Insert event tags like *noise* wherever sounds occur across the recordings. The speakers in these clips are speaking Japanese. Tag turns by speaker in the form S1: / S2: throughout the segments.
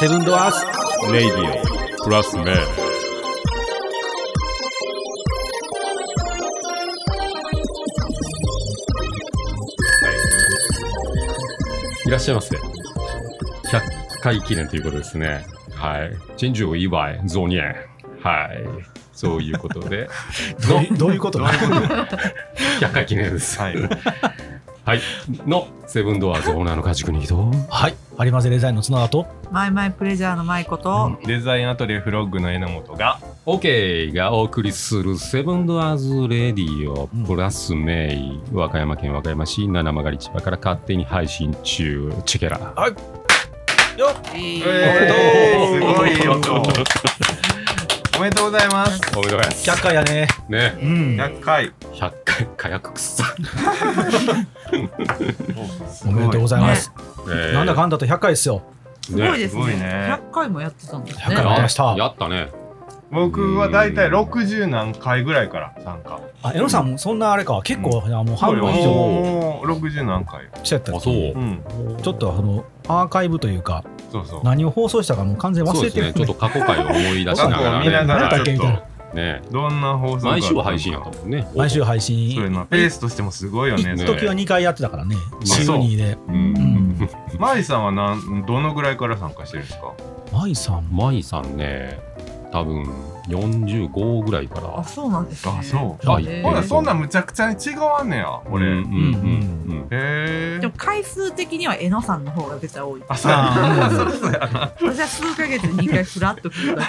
S1: セブンドアース
S2: レイディオプラスメンいらっしゃいませ。100回記念ということですね。はい。人獣を祝い、増年。はい。そういうことで、
S3: *laughs* どうどういうこと
S2: どう100回記念です。
S3: はい
S2: はい。の、セブンドアーズオーナーの家畜にぎと。
S3: はい有馬瀬デザインの綱田と
S4: マイマイプレジャーの舞子と、
S5: デザインアトリエフロッグの榎本が
S2: OK がお送りするセブンドアーズレディオプラスメイ、和歌山県和歌山市七曲市場から勝手に配信中チェケラ
S5: えー
S3: おめ
S5: す
S3: でとう
S5: ごい音おめでとうございます
S2: おめでとうございます
S3: 100回やね
S2: ね
S3: うん
S5: 100回
S2: 100回火薬くっさ、
S3: おめでとうございます、
S2: えー
S3: なんだかんだと100回ですよ
S4: すごいですす
S5: ごい
S4: ね。
S5: ね
S4: 100回もやってたんです
S3: 100
S4: ね
S3: 回。も
S2: や
S3: やりました
S2: やったね
S5: 僕はだいたい60何回ぐらいから参加
S3: あ江野さんもそんなあれか結構、あもう半分以上
S5: もう60何回
S3: しゃった
S2: あそう、
S5: うん
S3: ちょっとあのアーカイブというか
S5: そうそう
S3: 何を放送したかもう完全に忘
S2: そう
S3: れ
S2: です
S3: てる
S2: ねちょっと過去回を思い出しな
S5: 過
S2: が
S5: 去を
S2: ら
S5: 見
S3: な
S5: なが
S3: んだ
S5: ら
S3: っ
S5: ち
S3: け
S5: ょっ
S3: みたいな
S5: と
S2: ねね
S5: どんな放送があ
S2: 毎
S5: るのか
S2: 週配信やったもんね
S3: 毎週配信
S5: そうやなペースとしてもすごいよね
S3: 一時は2回やってたからね
S2: そう
S3: 週2で
S2: う
S3: うんん
S5: マイさんはなんどのぐらいから参加してるんですか
S3: 舞さんも
S2: マイさんね多分45ぐらいから
S4: あ、そうなんですね。
S5: あそう
S3: あ
S2: えー
S5: ほ
S2: ま
S5: ら
S2: だ
S5: そんなんむちゃくちゃに違わんねや俺
S2: うん
S5: へ
S2: うんうんうん
S5: え
S4: でも回数的にはえのさんの方が絶対多い。
S5: あそうや *laughs* そりゃそうやな
S4: 私は数ヶ月に2回フラッと来るだ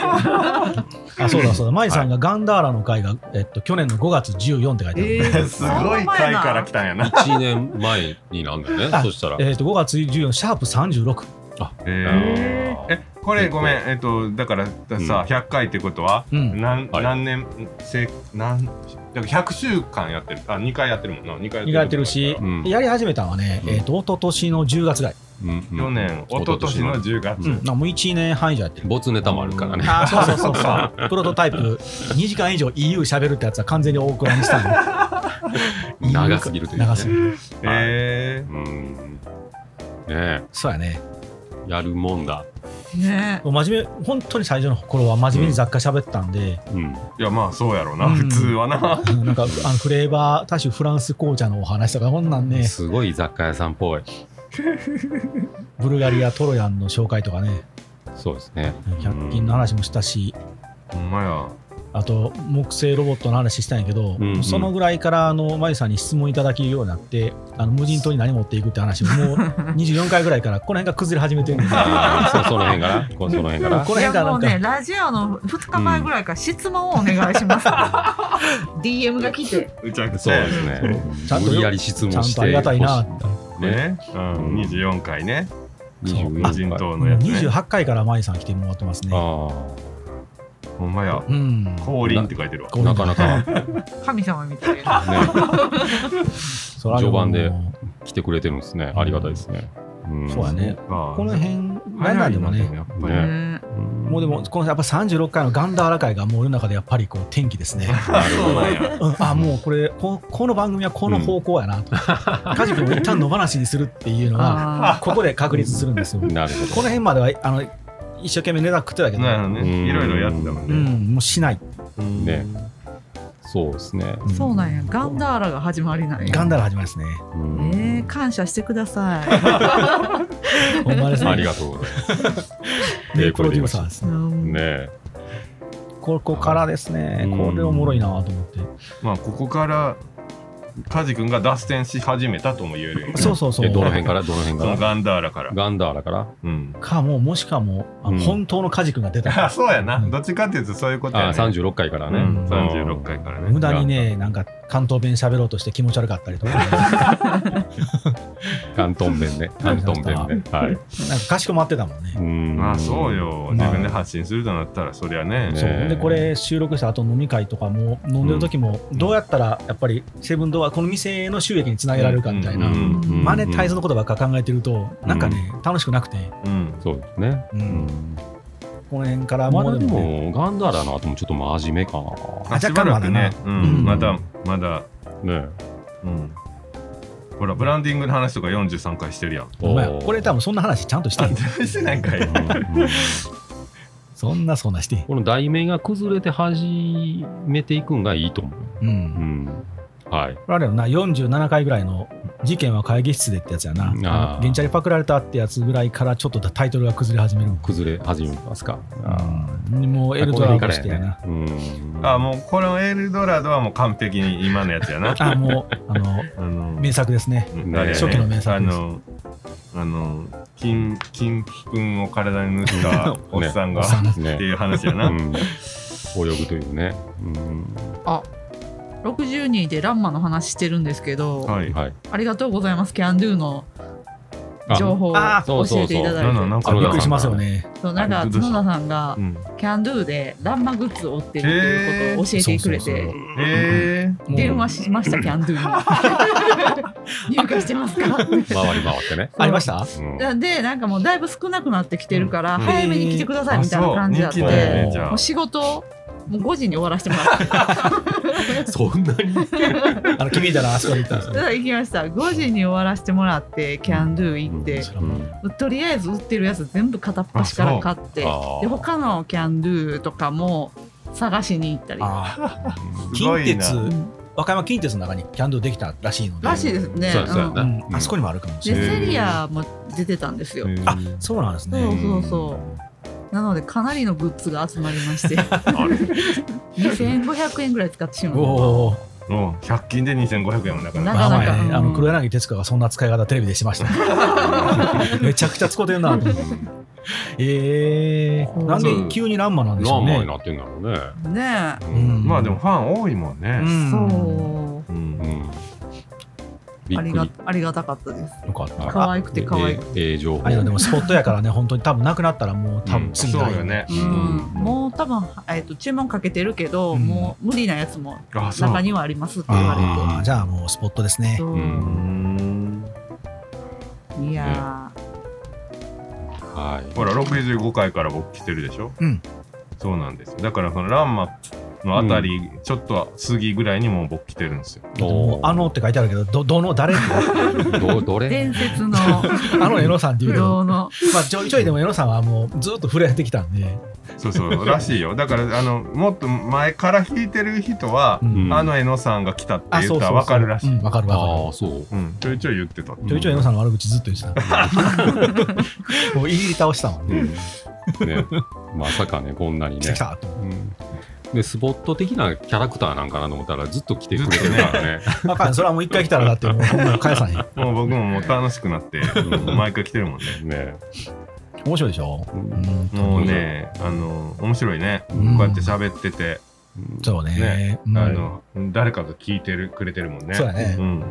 S3: あそうだそうだ舞さんがガンダーラの回が、えっと、去年の5月14って書い *laughs*
S4: け。
S3: て
S4: ー
S5: すごい回から来たんやな。
S2: 1年前になんだよね
S3: *laughs* あ
S2: そしたら
S3: ある、えっと5月14シャープ36
S5: え
S2: あー
S5: え、これごめん、えっと、だからさ、100回ってことは、
S3: うん
S5: 何
S2: はい
S5: 何年、せ、なん、だから100週間やってる。あ、2回やってるもんな。2回
S3: にやってるし、
S2: うん
S3: やり始めたのはね、
S2: うん
S3: えっと一昨年の10月ぐらい、
S2: うんうん
S5: 去年、一昨年の10月。
S3: うん、もう1年半以上やってる
S2: ボツネタもあるからね。
S3: あーそうそうそう
S2: *laughs*
S3: そうプロトタイプ2時間以上 EU 喋るってやつは完全に大倉にしたの
S2: *laughs* 長すぎるという、ね。
S3: 長すぎる
S5: え
S2: うん。ねえ、
S3: そうやね
S2: やるもんだ。
S4: ね
S3: もう真面目本当に最初の頃は真面目に雑貨喋ってたん
S2: *laughs*
S3: で、
S2: うん。
S5: え、いや、まあ、そうやろうな、
S3: うん
S5: 普通はな。
S3: うんなんかあのフレーバー多種フランス紅茶のお話とかこんなんね
S2: すごい雑貨屋さんっぽい。
S3: ブルガリアトロヤンの紹介とかね
S2: そうですね。
S3: 100均の話もしたし、
S5: ほんまや。
S3: あと木製ロボットの話したんやけど、
S2: うんうん
S3: そのぐらいからあのマユさんに質問いただけるようになってあの無人島に何持っていくって話をもう24回ぐらいからこの辺が崩れ始めてるん
S2: *laughs*
S3: ですよ
S2: あーそその辺から、こその辺
S3: *laughs*
S2: から。
S3: この
S4: いや
S3: 辺が
S4: も
S3: な
S4: うん
S3: か
S4: ね、ラジオの2日前ぐらいから質問をお願いします。DM *laughs* が来て。
S5: うちゃく
S2: そうですね。
S3: ちゃんと
S2: 無理やり質問
S3: ちゃん
S2: して。
S3: とありがたいな。
S2: ね。
S5: ね、うん、24回ね、
S2: 24
S5: 無人島のやつね。
S3: 28回からマイさん来てもらってますね。
S2: あ
S5: ほんまや。
S3: うん。
S5: 降臨って書いてるわ。
S2: あ、なかなか、ね、
S4: 神様みたいな。
S3: *laughs* そらもう
S2: 序盤で来てくれてるんですね。ありがたいですね。ん
S3: そうやね。
S5: こ
S3: この辺、なんな
S5: 早
S3: ん
S5: い
S3: でも
S5: な、でも
S3: ね。
S5: やっぱ
S2: *laughs*
S5: り。
S2: ね
S4: ね
S2: うん
S3: もうでも、このやっぱ36回のガンダーラ会がもう世の中でやっぱりこう天気ですね。
S5: そうなん *laughs* や。
S3: うんあ、もうこれこ、この番組はこの方向やなと。家族を一旦野放しにするっていうのは、
S4: あ
S3: ここで確立するんですよ。この
S2: なるほど。
S3: 辺までは、あの、一生懸命ネタ食ってたけど、
S5: なるほど
S2: うん
S5: ね。いろいろやってたもん
S3: う
S5: ね。
S3: ん、もうしない。
S2: ねそうですね。
S4: ーそうなんや。ガンダーラが始まりなんや。
S3: ガンダーラ始まりですね。
S2: うん
S4: えー、感謝してください。
S3: ほんまですね。
S2: ありがとうございます。
S3: 名プロデューサーですね。
S2: ね
S4: ね、
S2: え。
S3: ここからですね、
S2: うん
S3: これおもろいなと思って、
S5: まあここからカジ君が脱線し始めたとも言えるよね
S3: そうそうそう
S2: えどの辺からどの辺
S5: そ
S2: か
S5: の
S2: ら
S5: ガンダーラから。
S2: ガンダーラから
S5: うん。
S3: かももしかもあの
S2: うん
S3: 本当のカジ君が出
S2: *laughs*
S5: あ、
S3: た、
S5: そうやな。
S3: うん
S5: どっちかっていうとそういうことや
S2: あ
S5: ね。
S2: 36回から
S5: う
S2: ね。
S5: ん
S3: うん
S5: 36回からね。
S3: 無駄にねなんか関東弁喋ろうとして気持ち悪かったり
S2: *laughs*
S3: とかなんか
S2: 関東弁ね。関東弁ね。はい。
S3: かしこまってたもんね、
S2: うん
S5: まあそう。よ。自分で
S2: うん
S5: 発信するとなったらそりゃ
S2: ね
S5: ね。
S3: そうでこれ収録した後飲み会とかも飲んでる時もどうやったらやっぱりセブンドアこの店の収益につなげられるかみたいな、
S2: うんうんうん
S3: マネタイズのことばっか考えてるとなんかね、楽しくなくて、
S5: うん。
S2: そうですね。
S3: う
S2: うんん
S3: この辺から
S2: ま
S3: も
S2: だ
S3: う
S2: で
S3: でもね、
S2: も、ガンダーラの後もちょっと真面目か
S5: あ、しばらくね。う
S3: うん
S5: ん。まだまだ。
S2: な。ね
S5: うん。ほらブランディングの話とか43回してるやん
S3: お前これ多分そんな話ちゃんとしてへん
S5: *laughs*
S2: *laughs*
S5: してないんかい
S2: うんうん
S3: そんなそんなしてへん
S2: この題名が崩れて始めていくんがいいと思う。
S3: う
S2: うんん。はい。
S3: あれやろな47回ぐらいの事件は会議室でってやつやな
S2: うん
S3: あの現チャリパクられたってやつぐらいからちょっとタイトルが崩れ始めるもん
S2: 崩れ始めますか。
S3: うんもうエルドラゴしてやな
S2: この辺からやねうん。
S5: あもうこのエルドラドはもう完璧に今のやつや
S3: *laughs*
S5: な
S3: あもうあの
S5: あの
S3: 名作ですね
S5: うんあれやね
S2: 初期
S3: の名作
S5: あのあの金金粉を体に塗 *laughs* ったおっさんが、
S3: おっさんが
S5: って
S2: ね。
S5: いう話やな、
S2: うん。泳ぐというね。うん。
S4: あ60人でランマの話してるんですけど、
S5: はい
S2: はい。
S4: ありがとうございますキャンドゥの
S2: あ
S4: 情報を
S3: あ
S4: 教
S2: そうそうそう
S4: えていただいて
S5: なんなんなんか
S3: あびっくりしますよね
S4: そうなんか
S5: あどうした
S4: 角田さんが
S5: うん
S4: キャンドゥでランマグッズを売ってるっていうことを教えてくれ
S3: へー
S4: て
S5: え
S3: もう
S4: 電話しましたキャンドゥに *laughs* 入荷してます
S5: *laughs*
S4: かって
S2: 回り回ってね。
S3: ありました
S2: うん
S4: でなんかもうだいぶ少なくなってきてるから
S5: うん
S4: 早めに来てくださいみたいな感じだって
S5: あ
S4: も
S5: そう人気だよねじゃあ
S4: う仕事をもう5時に終わらせてもらって *laughs*
S2: そんなに。
S3: あの君いたらあそこに行ったんです
S4: だから行きました5時に終わらせてもらってキャンドゥ行って
S3: それは
S2: う
S3: もうん
S4: とりあえず売ってるやつ全部片っ端から買ってで
S2: あそうあー
S4: 他のキャンドゥとかも探しに行ったり
S3: あー
S5: すご
S3: 近
S5: いな
S3: 鉄
S4: うん
S3: 和歌山近鉄の中にキャンドゥできたらしいので
S4: らしいですね
S2: そうやそうや
S4: うん
S2: な
S3: うん
S2: うん
S3: あそこにもあるかもし
S4: で
S3: れない
S5: へー
S4: セリアも出てたんですよ
S5: ー
S3: あそうなんです
S4: そう
S3: ね
S4: そうそうなのでかなりのグッズが集まりまして2500円ぐらい使ってし
S3: お
S4: まう
S3: おー
S5: うん100均で2500円もなかなか
S4: な
S3: まあま
S4: かなか
S3: あねあ
S4: う
S3: の
S4: ん
S3: 黒柳徹子がそんな使い方テレビでしました
S4: *laughs*
S3: めちゃくちゃ使うてるなと思ってえーなんで急にランマなんでしょ
S2: 何
S3: うね
S2: 枚になってんだろうね。
S4: ね
S2: う
S3: うん
S5: まあでもファン多いもん
S3: う
S5: ね、
S4: え
S3: ん
S4: そ
S5: うん
S2: うん。び
S4: うあ
S2: っ
S4: り
S2: く
S4: が
S2: り。
S4: ありがたかったです
S3: よかった
S4: 可愛くて可愛くて
S2: えーえー情報
S3: あ。れでもスポットやからね、本当に多分なくなったらもう多分次
S5: そう
S3: ない、
S5: よね、
S4: うん
S2: うん
S4: もう多分、えっと注文かけてるけど、
S3: うん
S4: もう無理なやつも
S5: あそう
S4: 中にはありますって言われて
S3: ああ、じゃあもうスポットですね。
S4: そう
S2: う
S5: うーん
S4: いやー
S2: はい。
S5: ほら65回から僕来てるでしょ
S3: うん
S5: そうなんですよだからそのランマのあたり、ちょっと過ぎぐらいにもう僕来てるんですよ
S3: もうあのって書いてあるけど、どどの誰って
S4: *laughs*
S2: どどれ
S4: 伝説の
S3: あのエノさんっていう
S4: 不
S3: けど、
S4: 動の
S3: まあ、ちょいちょいでもエノさんはもうずっと触れてきたんで、
S5: そうそ
S3: *laughs*
S5: うらしいよだからあのもっと前から弾いてる人は
S3: う、ん
S5: あの江野さんが来たって
S3: あ
S5: 言ったら分かるらしい、
S3: うんわかるわ
S2: あ
S3: か
S2: あ、そう。
S5: うんちょいちょい言ってたって
S3: る。ちょいちょいエノさんの悪口ずっと言って
S5: *laughs*
S3: た。も *laughs* ういじり倒したもんね。
S2: ね、まさかね、こんなに
S3: 来た
S2: ね
S3: 来。たと思
S2: うんで、スポット的なキャラクターなんかなと思ったら、ずっと来てくれてるからね。
S3: う。わかんないそれはもう一回来たらだ
S5: *laughs*
S3: ってもうほんまに返さない。
S5: もう僕ももう楽しくなって
S2: うん
S5: 毎回来てるもんね
S2: ね
S3: 面白いでしょ
S2: う
S3: うんん。
S5: もうねあの面白いね、
S3: うん
S5: こうやって喋ってて、
S3: そうね。
S5: ね
S3: うん
S5: あの誰かが聞いてるくれてるもんね
S3: そうやね
S5: うん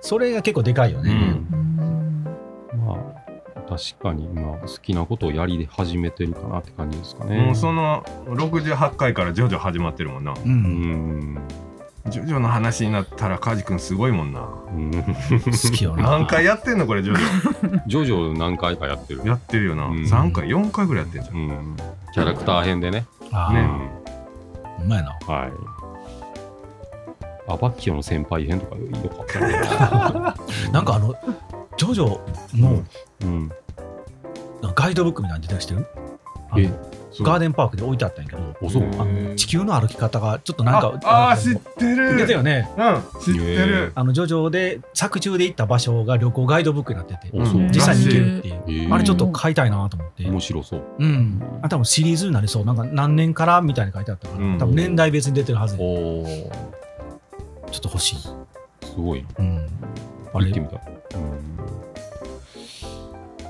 S3: それが結構でかいよ
S5: う
S3: ね。
S5: ん
S4: うん
S2: まあ、確かに、まあ、好きなことをやり始めてるかなって感じですかね。
S5: もうその68回からジョジョ始まってるもんな
S3: う。
S2: うんん。
S5: ジョジョの話になったらカジ君すごいもんな
S2: うん
S3: 好きよな。
S5: 何回やってんのこれジョジ
S2: ジョジョ何回かやってる *laughs*
S5: ョ。やってるよな、
S2: うん
S5: 3回4回ぐらいやってんじゃん
S2: うん。キャラクター編でね。
S3: ああ、
S2: う
S5: ね
S2: ん
S3: うまいな。
S2: はい。アバッキオの先輩編とかよかったね。
S3: なんかあの、ジョジョの
S2: うん。
S3: ガイドブックみたいなの出てきてるあ
S2: え
S3: のガーデンパークで置いてあったんやけど、
S2: おそう
S5: へー
S3: 地球の歩き方がちょっとなんか、
S5: ああ
S3: の
S5: ー知ってる
S3: 出たよね。
S5: うん知ってる
S3: あの、ジョジョで作中で行った場所が旅行ガイドブックになってて、
S2: おそう。
S5: うん
S3: 実際に行け
S4: へ
S3: るっていう。
S2: えー
S3: あれちょっと買いたいなと思って。
S2: 面白そう。
S3: うん。あ、多分シリーズになりそう。なんか何年からみたいに書いてあったか
S5: う
S3: ら、
S5: ん
S3: 多分年代別に出てるはず。ちょ
S2: おお。
S3: っと欲しい。
S2: すごいな。
S3: うん。あ
S2: 行
S3: れ
S2: って、みたい。うん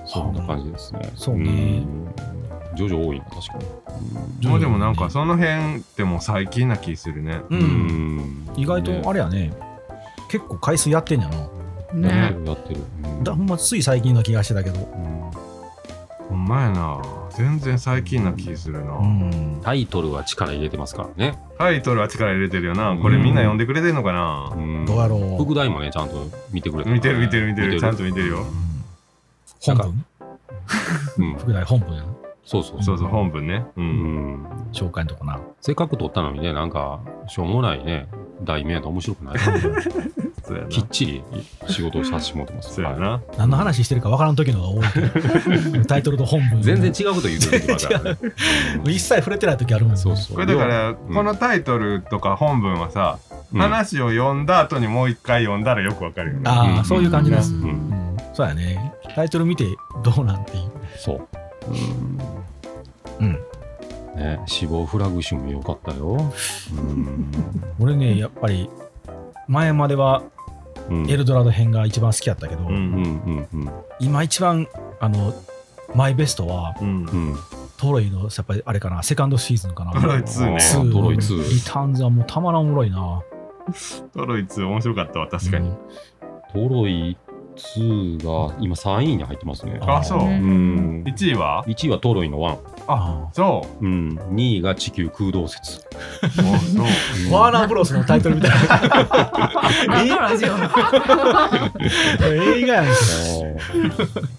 S2: そんな感じですね。
S3: そうね
S2: ん。ジョジョ多いな、確かに。
S3: ジョジョ
S5: もうでもなんかその辺ってもう最近な気するね
S3: う。
S2: うんん
S3: 意外とあれやね、結構回数やってんやな。
S2: ねやっ
S4: ね
S2: てるやってる。うん
S3: だほんまつい最近の気がしてたけど。
S2: うん
S5: ほんまやな全然最近な気するな、
S3: うん。
S2: タイトルは力入れてますからね。
S5: タイトルは力入れてるよなこれみんな読んでくれてんのかな、
S2: ん
S3: どうやろう。
S2: 副題もね、ちゃんと見てくれ
S5: 見てる見てる見てるちゃんと見てるよ
S3: 本文
S2: うん
S3: 副題本文やな
S2: そうそうそ
S5: そうそう本文ねう、
S2: う。うんん。
S3: 紹介のとこな *laughs*
S2: せっかく撮ったのにね、なんか、しょうもないね、題名やと面白くない。
S5: そうやな
S2: きっちり仕事をさせてもらってます。
S5: そうや
S2: は
S5: な
S3: 何の話してるか分からん時の方が多いけ
S2: *laughs*
S3: どタイトルと本文
S2: い全然違うこと言うてる時もあるからねうん
S3: 一切触れてない時あるもんね
S2: そうそう。
S5: これだから、
S2: ん
S5: このタイトルとか本文はさ、
S2: うん
S5: 話を読んだ後にもう一回読んだらよくわかるよね。
S3: *laughs* ああ、
S2: うん
S3: そういう感じです、
S4: う
S2: うん
S3: うんんそうやねタイトル見てどうなんていう
S2: そう。
S3: うん
S2: ね、死亡フラグ集も良かったよ。うん。
S3: 俺ねやっぱり前までは
S2: う
S3: *laughs*
S2: ん
S3: エルドラド編が一番好きやったけど、
S5: うん
S2: うんうんうん
S3: 今一番あのマイベストは
S5: うん
S2: う。ん。
S3: トロイのやっぱりあれかなセカンドシーズンかな
S5: トロイ2ね。
S3: ツー
S2: トロイツー
S3: リターンズはもうたまらんおもろいな
S5: トロイ2面白かったわ、確かに。
S3: うん
S2: トロイ2が今3位に入ってますね。
S3: あ
S5: あ、そう。
S2: う
S4: ね
S2: ん。
S5: 1位は
S2: 1位はトロイの1。
S5: あ、そう。
S2: うん。2位が地球空洞説。
S5: おそう。
S2: うん
S3: ワーナーブロスのタイトルみたいな
S4: あのラジオ。
S3: 映画やんけ
S5: えー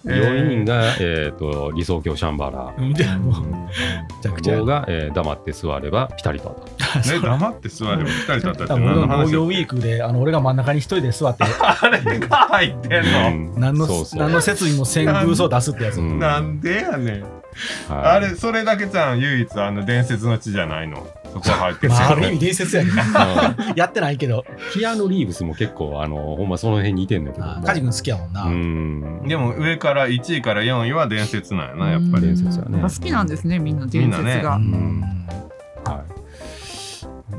S2: 4人が、えー、と理想郷シャンバラ。
S3: みたいなもうめちゃくちゃ
S2: 5が、えー黙って座ればピタリと当たる。
S5: ね、黙って座れば2人だったって
S3: 多分
S5: 何の
S3: 俺の
S5: 話
S3: 農業
S5: だ
S3: ウィークであの俺が真ん中に一人で座って
S5: あれが入ってん
S2: うん
S3: 何の
S2: そうそう
S3: 何の設備もせん偶を出すってやつ、
S2: う
S5: の。
S2: ん
S5: なんでやねん。
S2: はい
S5: あれ、それだけじゃん、唯一あの伝説の地じゃないの。そこは入ってる
S3: まあ、ある意味伝説やけど
S2: うん
S3: やってないけど
S2: キアヌ・リーブスも結構あのほんまその辺似てんだけど
S3: あ
S2: も
S3: ーカジ君好きやもんな、
S2: うん
S5: でも上から1位から4位は伝説なんやな、やっぱり。
S2: 伝説やね
S4: やっぱ好きなんですね、みんな伝説
S5: みんな
S4: が。
S3: うん
S2: は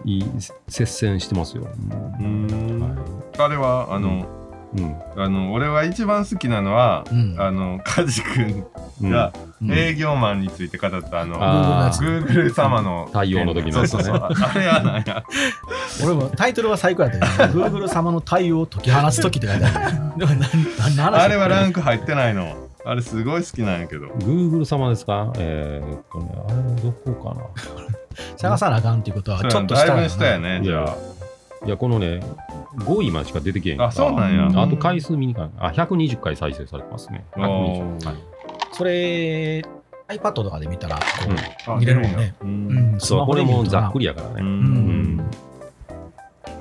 S2: い、いい接戦してますよ。
S5: うー
S2: うん
S5: ん
S2: は
S5: あれは、あの、
S2: いうん
S5: あの俺は一番好きなのは、
S3: うん
S5: あのカジ君
S2: うん
S5: が
S3: うん
S5: 営業マンについて語ったあの、
S2: あ
S5: グーグル様の
S2: 対応の時の
S5: そう
S2: やつね
S5: そうそうああれはなんや
S3: 俺もタイトルは最高やったけど、Google 様の対応を解き放つ時って書いてある。でも何、何の話
S5: あれはランク入ってないのあれすごい好きなんやけど
S2: Google 様ですかえーっとね、あれはどこかな
S3: 探さなあかんっていうことは、ち
S5: そ
S3: ょっ
S5: うや
S3: とした
S5: だい
S3: ら
S5: ぶしたよ
S3: な。
S5: ね
S2: い
S5: じゃ
S2: や
S5: あ、
S2: いやこのね、5位までしか出てけへん
S5: あそうなんや
S2: うあと回数見にかあ、120回再生されてますね。
S5: お
S2: 120
S5: ー
S2: はい
S3: それ、iPad とかで見たら、こ
S5: あ
S3: 見れるもんね
S5: う
S3: う、
S5: ん
S3: うん、ス
S2: そ
S3: マ
S2: う、こ
S3: ホ
S2: れ
S3: で見
S2: も
S3: ると
S2: ざ
S3: な
S2: っくりやから
S5: う
S2: ね。うん
S3: ん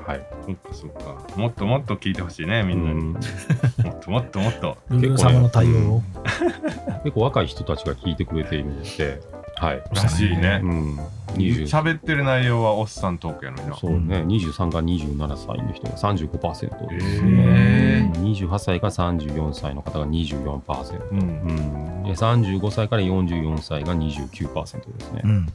S2: はい、
S5: そっかそっかもっともっと聞いてほしいねみんなに、
S2: うん
S5: もっともっともっと
S3: Google 様の対応を。
S2: 結構若い人たちが聞いてくれているので、はい。
S5: らしいね
S2: うん、20
S5: 喋ってる内容はおっさんトークやのにな
S2: そうね、23が27歳の人が35%
S5: え
S2: で、
S5: ー
S2: 28歳が34歳の方が24%、
S5: う
S2: うんん、で35歳から44歳が29%ですね
S3: う、ん。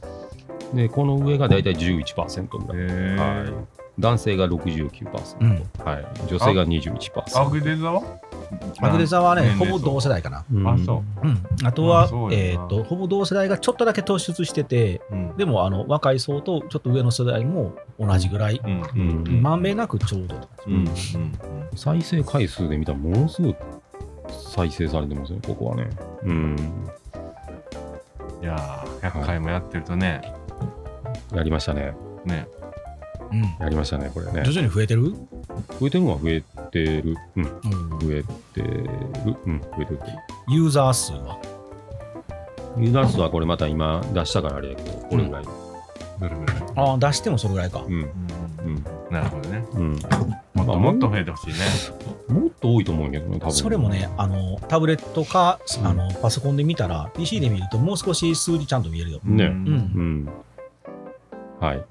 S2: でこの上がだいたい11%ぐらい、
S5: えー
S2: はい、男性が69%、
S3: うん
S2: はい、女性が
S5: ア
S2: 21%
S5: グデザは
S3: アグレザはね、
S5: 年
S3: ほぼ
S5: 齢層
S3: 同世代かな。
S2: うん
S5: あそう
S3: うん。あと
S5: あ
S3: は
S5: そう、やな
S3: えっと、ほぼ同世代がちょっとだけ突出してて、
S5: うん
S3: でも、あの、若い層とちょっと上の世代も同じぐらい、
S5: うん
S2: うんうん
S3: まんべんなくちょうど。
S5: うん
S2: 再生回数で見たらものすごく再生されてますねここはね、うん、
S5: いやー100回もやってるとね、
S2: やりましたね
S5: ね
S3: うん。
S2: やりましたねこれね
S3: 徐々に増えてる
S2: 増えてるのは増えてるうん
S3: うん
S2: 増えてる、うん、増えてる。
S3: ユーザー数は。
S2: ユーザー数はこれまた今出したからあれやけど、これぐらい。
S5: どれぐらい、
S3: ああ、出してもそれぐらいか。
S2: うん、うん、
S5: なるほどね
S2: うん。
S5: もっ
S2: まあ
S5: ともっと増えてほしいね
S2: もっと多いと思うんやけどね、多分。
S3: それもね、あのタブレットかあのパソコンで見たら、PC で見ると、もう少し数字ちゃんと見えるよ。
S2: ね
S5: う
S3: う
S5: ん
S3: ん
S2: うん。はい。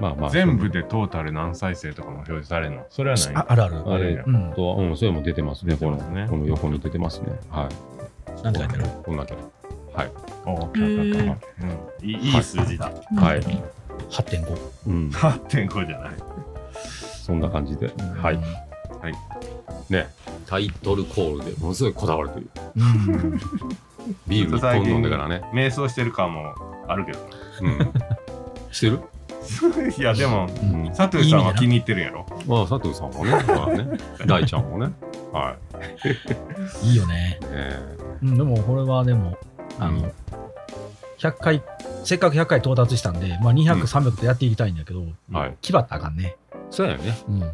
S2: まあまあ。
S5: 全部でトータル何再生とかも表示されるのそれはない
S3: ああるある。
S2: あれ
S3: う
S2: あ
S3: ん、
S2: とは、うん、それも出てますね、
S5: 出て
S2: こ
S5: ま
S2: の、
S5: すね
S2: この横に出てますね。はい。
S3: なんて書いてある
S2: こんだけ。はい。
S5: おー OKOKOK うんいいいい数字だ
S2: はい。
S3: 8.5。
S2: うん。
S5: 8.5じゃない
S2: そんな感じで。はい。
S5: はい。
S2: ね、タイトルコールでものすごいこだわるという。
S3: うん
S2: ビール一本飲んでからね。
S5: 瞑想してる感もあるけど *laughs*
S3: *laughs*
S2: うん。してる
S5: ないやでも
S2: うん。
S5: 佐藤さんは気に入ってるやろ
S2: まあ、佐藤さんもね、まあね、大ちゃんもね、はい
S3: いいよね。
S2: い。え
S3: うん、でも、これはでも、あの、
S2: うん
S3: 100回、せっかく100回到達したんで、まあ、200、
S2: うん
S3: 300とやっていきたいんだけど、
S2: ーはい。
S3: 気張ったらあかんね。
S2: そうやよね。
S3: うん
S2: うん。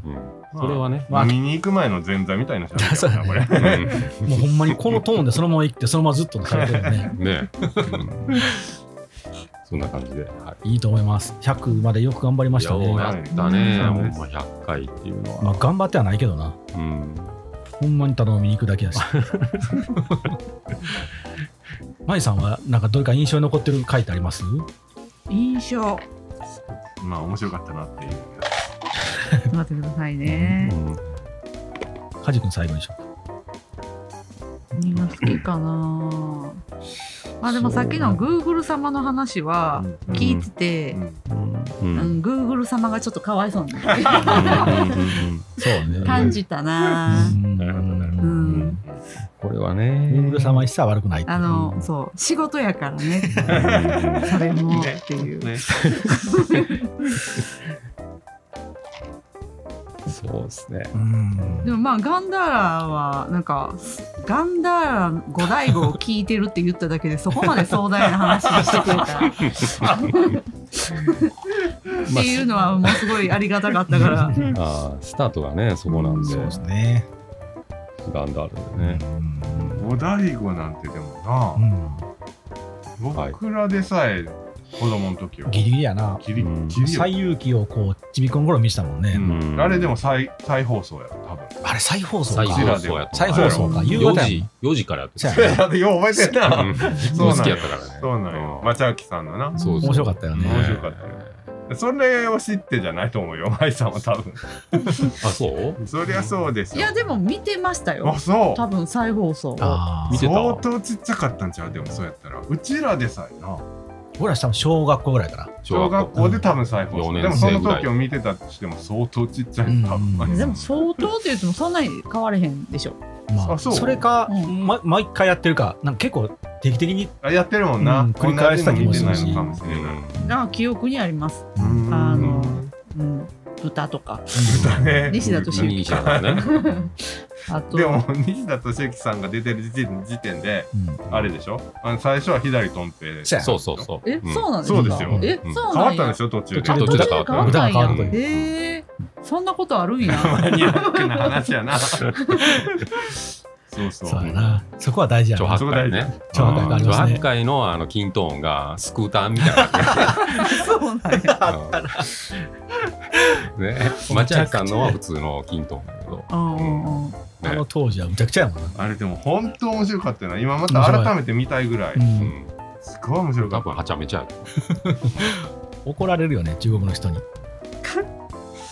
S2: それはね。
S3: まあ
S5: 飲みに行く前の前座みたいな喋りだな
S2: *laughs*
S5: これ
S2: うん
S3: もうほん
S2: *laughs*
S3: まにこのトーンでそのままいって、そのままずっと喋ってるよね。
S2: ね。うんそんな感じで。はい
S3: いいと思います。100までよく頑張りました
S2: い
S3: ね。
S2: や
S5: は
S2: や
S5: い
S2: ったね、
S5: うん
S2: ほんま100回っていうのは。
S3: まあ、頑張ってはないけどな。
S2: うん、
S3: ほんまにただ飲みに行くだけだし。マイさんはなんかどれか印象に残ってる回ってあります
S4: 印象。
S5: まあ面白かったなっていう。
S4: ちょっと待ってくださいね。
S2: うん
S3: カジ君最後にしよう
S4: みんな好きかな。まあでもさっきの Google 様の話は
S5: うん
S4: 聞いてて
S5: う、ん
S2: う
S4: うんん、Google 様がちょっとかわいそうに
S3: そうね
S4: 感じたな。
S2: なるほどなる
S4: う
S3: うん
S4: ん、
S2: これはね。
S3: ルール様は一切悪くないっていう
S4: あの、そう、仕事やからね。それもっていう。
S5: ね
S2: そうですね。
S3: うん
S4: でもまあガンダーラはなんかガンダーラ五大悟を聞いてるって言っただけでそこまで壮大な話してくれたっていうのはもうすごいありがたかったから
S2: あースタートがね、そこなんで、
S3: そうですね。
S2: ガンダールでね。
S5: お醍醐なんてで
S3: う
S5: も
S3: ん
S5: な、僕らでさえ子供の時は、
S3: ギリギリやな。
S5: ギリ
S2: うん
S5: ギリよ
S3: 最有機をこうちびっこの頃見せたもんね。
S2: ん
S5: あれでも再再放送やろ、
S2: *laughs*
S5: 多分。
S3: あれ再放送か
S2: 再。
S5: うちら
S2: 放
S5: で
S2: 送やった。
S3: 再放送か。夕
S2: 4
S3: 方や
S2: 時、4時からやって
S3: そう
S2: た。
S3: やね
S5: だってよう覚えてん
S2: うん
S5: な。*laughs* そうなんや
S2: 好きやったからね。
S5: そうなんよ。まちあきさんのな。
S2: そうそう
S3: 面白かったよね
S5: 面白かったよそれを知ってじゃないと思うよ、舞さんは多分。
S2: あ、そう
S5: そりゃそうでしょ。
S4: いやでも見てましたよ
S5: あ、そう。
S4: 多分再放送
S3: あ
S2: 見
S3: あ
S2: てた
S5: 相当ちっちゃかったんちゃうでもそうやったら。うちらでさえな。
S3: 俺ら多分小学校ぐらいかな。
S5: 小学校で多分再放
S2: 四
S5: 送。
S2: 年
S5: でもその
S2: 生ぐらい
S5: 時を見てたとしても相当ちっちゃい。多
S3: う
S5: 分
S3: ん
S4: でも相当って言ってもそんなに変われへんでしょ、
S3: まあ、
S5: あそ
S3: そうれか、
S4: うん
S3: ま、毎回やってるか、なんか結構定期的に、
S5: あやってるもんな。
S3: うん繰り返したり
S5: 同
S3: も
S5: じ
S3: す
S5: の
S3: る
S5: 見
S3: して
S5: ないのかもしれ
S2: う
S5: ない。
S2: ん
S4: なんか記憶にあります、
S5: うん
S4: あのうん、豚とか
S5: だね
S4: 西田敏
S2: 何
S4: 行
S2: しだね。
S4: あと
S5: でも西田敏行さんが出てる時点時点で
S3: うん
S5: あれでしょあの最初は左とんぺい
S3: そうや
S2: そうそうそう。
S4: え、
S2: ん
S4: そうなんですか
S5: そうですよ
S4: え、
S2: うん
S4: そう
S5: 変
S4: な
S5: わ
S4: ん
S5: ったん
S4: や
S5: でしょ途中で
S3: 途中
S2: で
S4: 途中で変わったん
S3: 途中で変わると
S4: や
S3: いう
S4: へえそんなことあるんや
S5: マニアックな話やなそうそう
S3: そうやな。そこは大事や
S2: 超
S3: な。
S2: 八回ね。
S3: 超八回がありますね
S2: うん超八回のあのキントーンがスクーターみたい
S3: *laughs*
S2: な。
S4: そうなんや
S2: うんね、町明さんのは普通のキントーンだけど。
S4: *laughs* うんうんうん
S2: ね
S3: あの当時はむちゃくちゃやもんな。
S5: あれでも本当面白かったよな今また改めて見たいぐらい
S2: うん
S5: すごい面白か
S2: 多
S5: っ
S2: 分はちゃめちゃやけど
S3: 怒られるよね、中国の人に。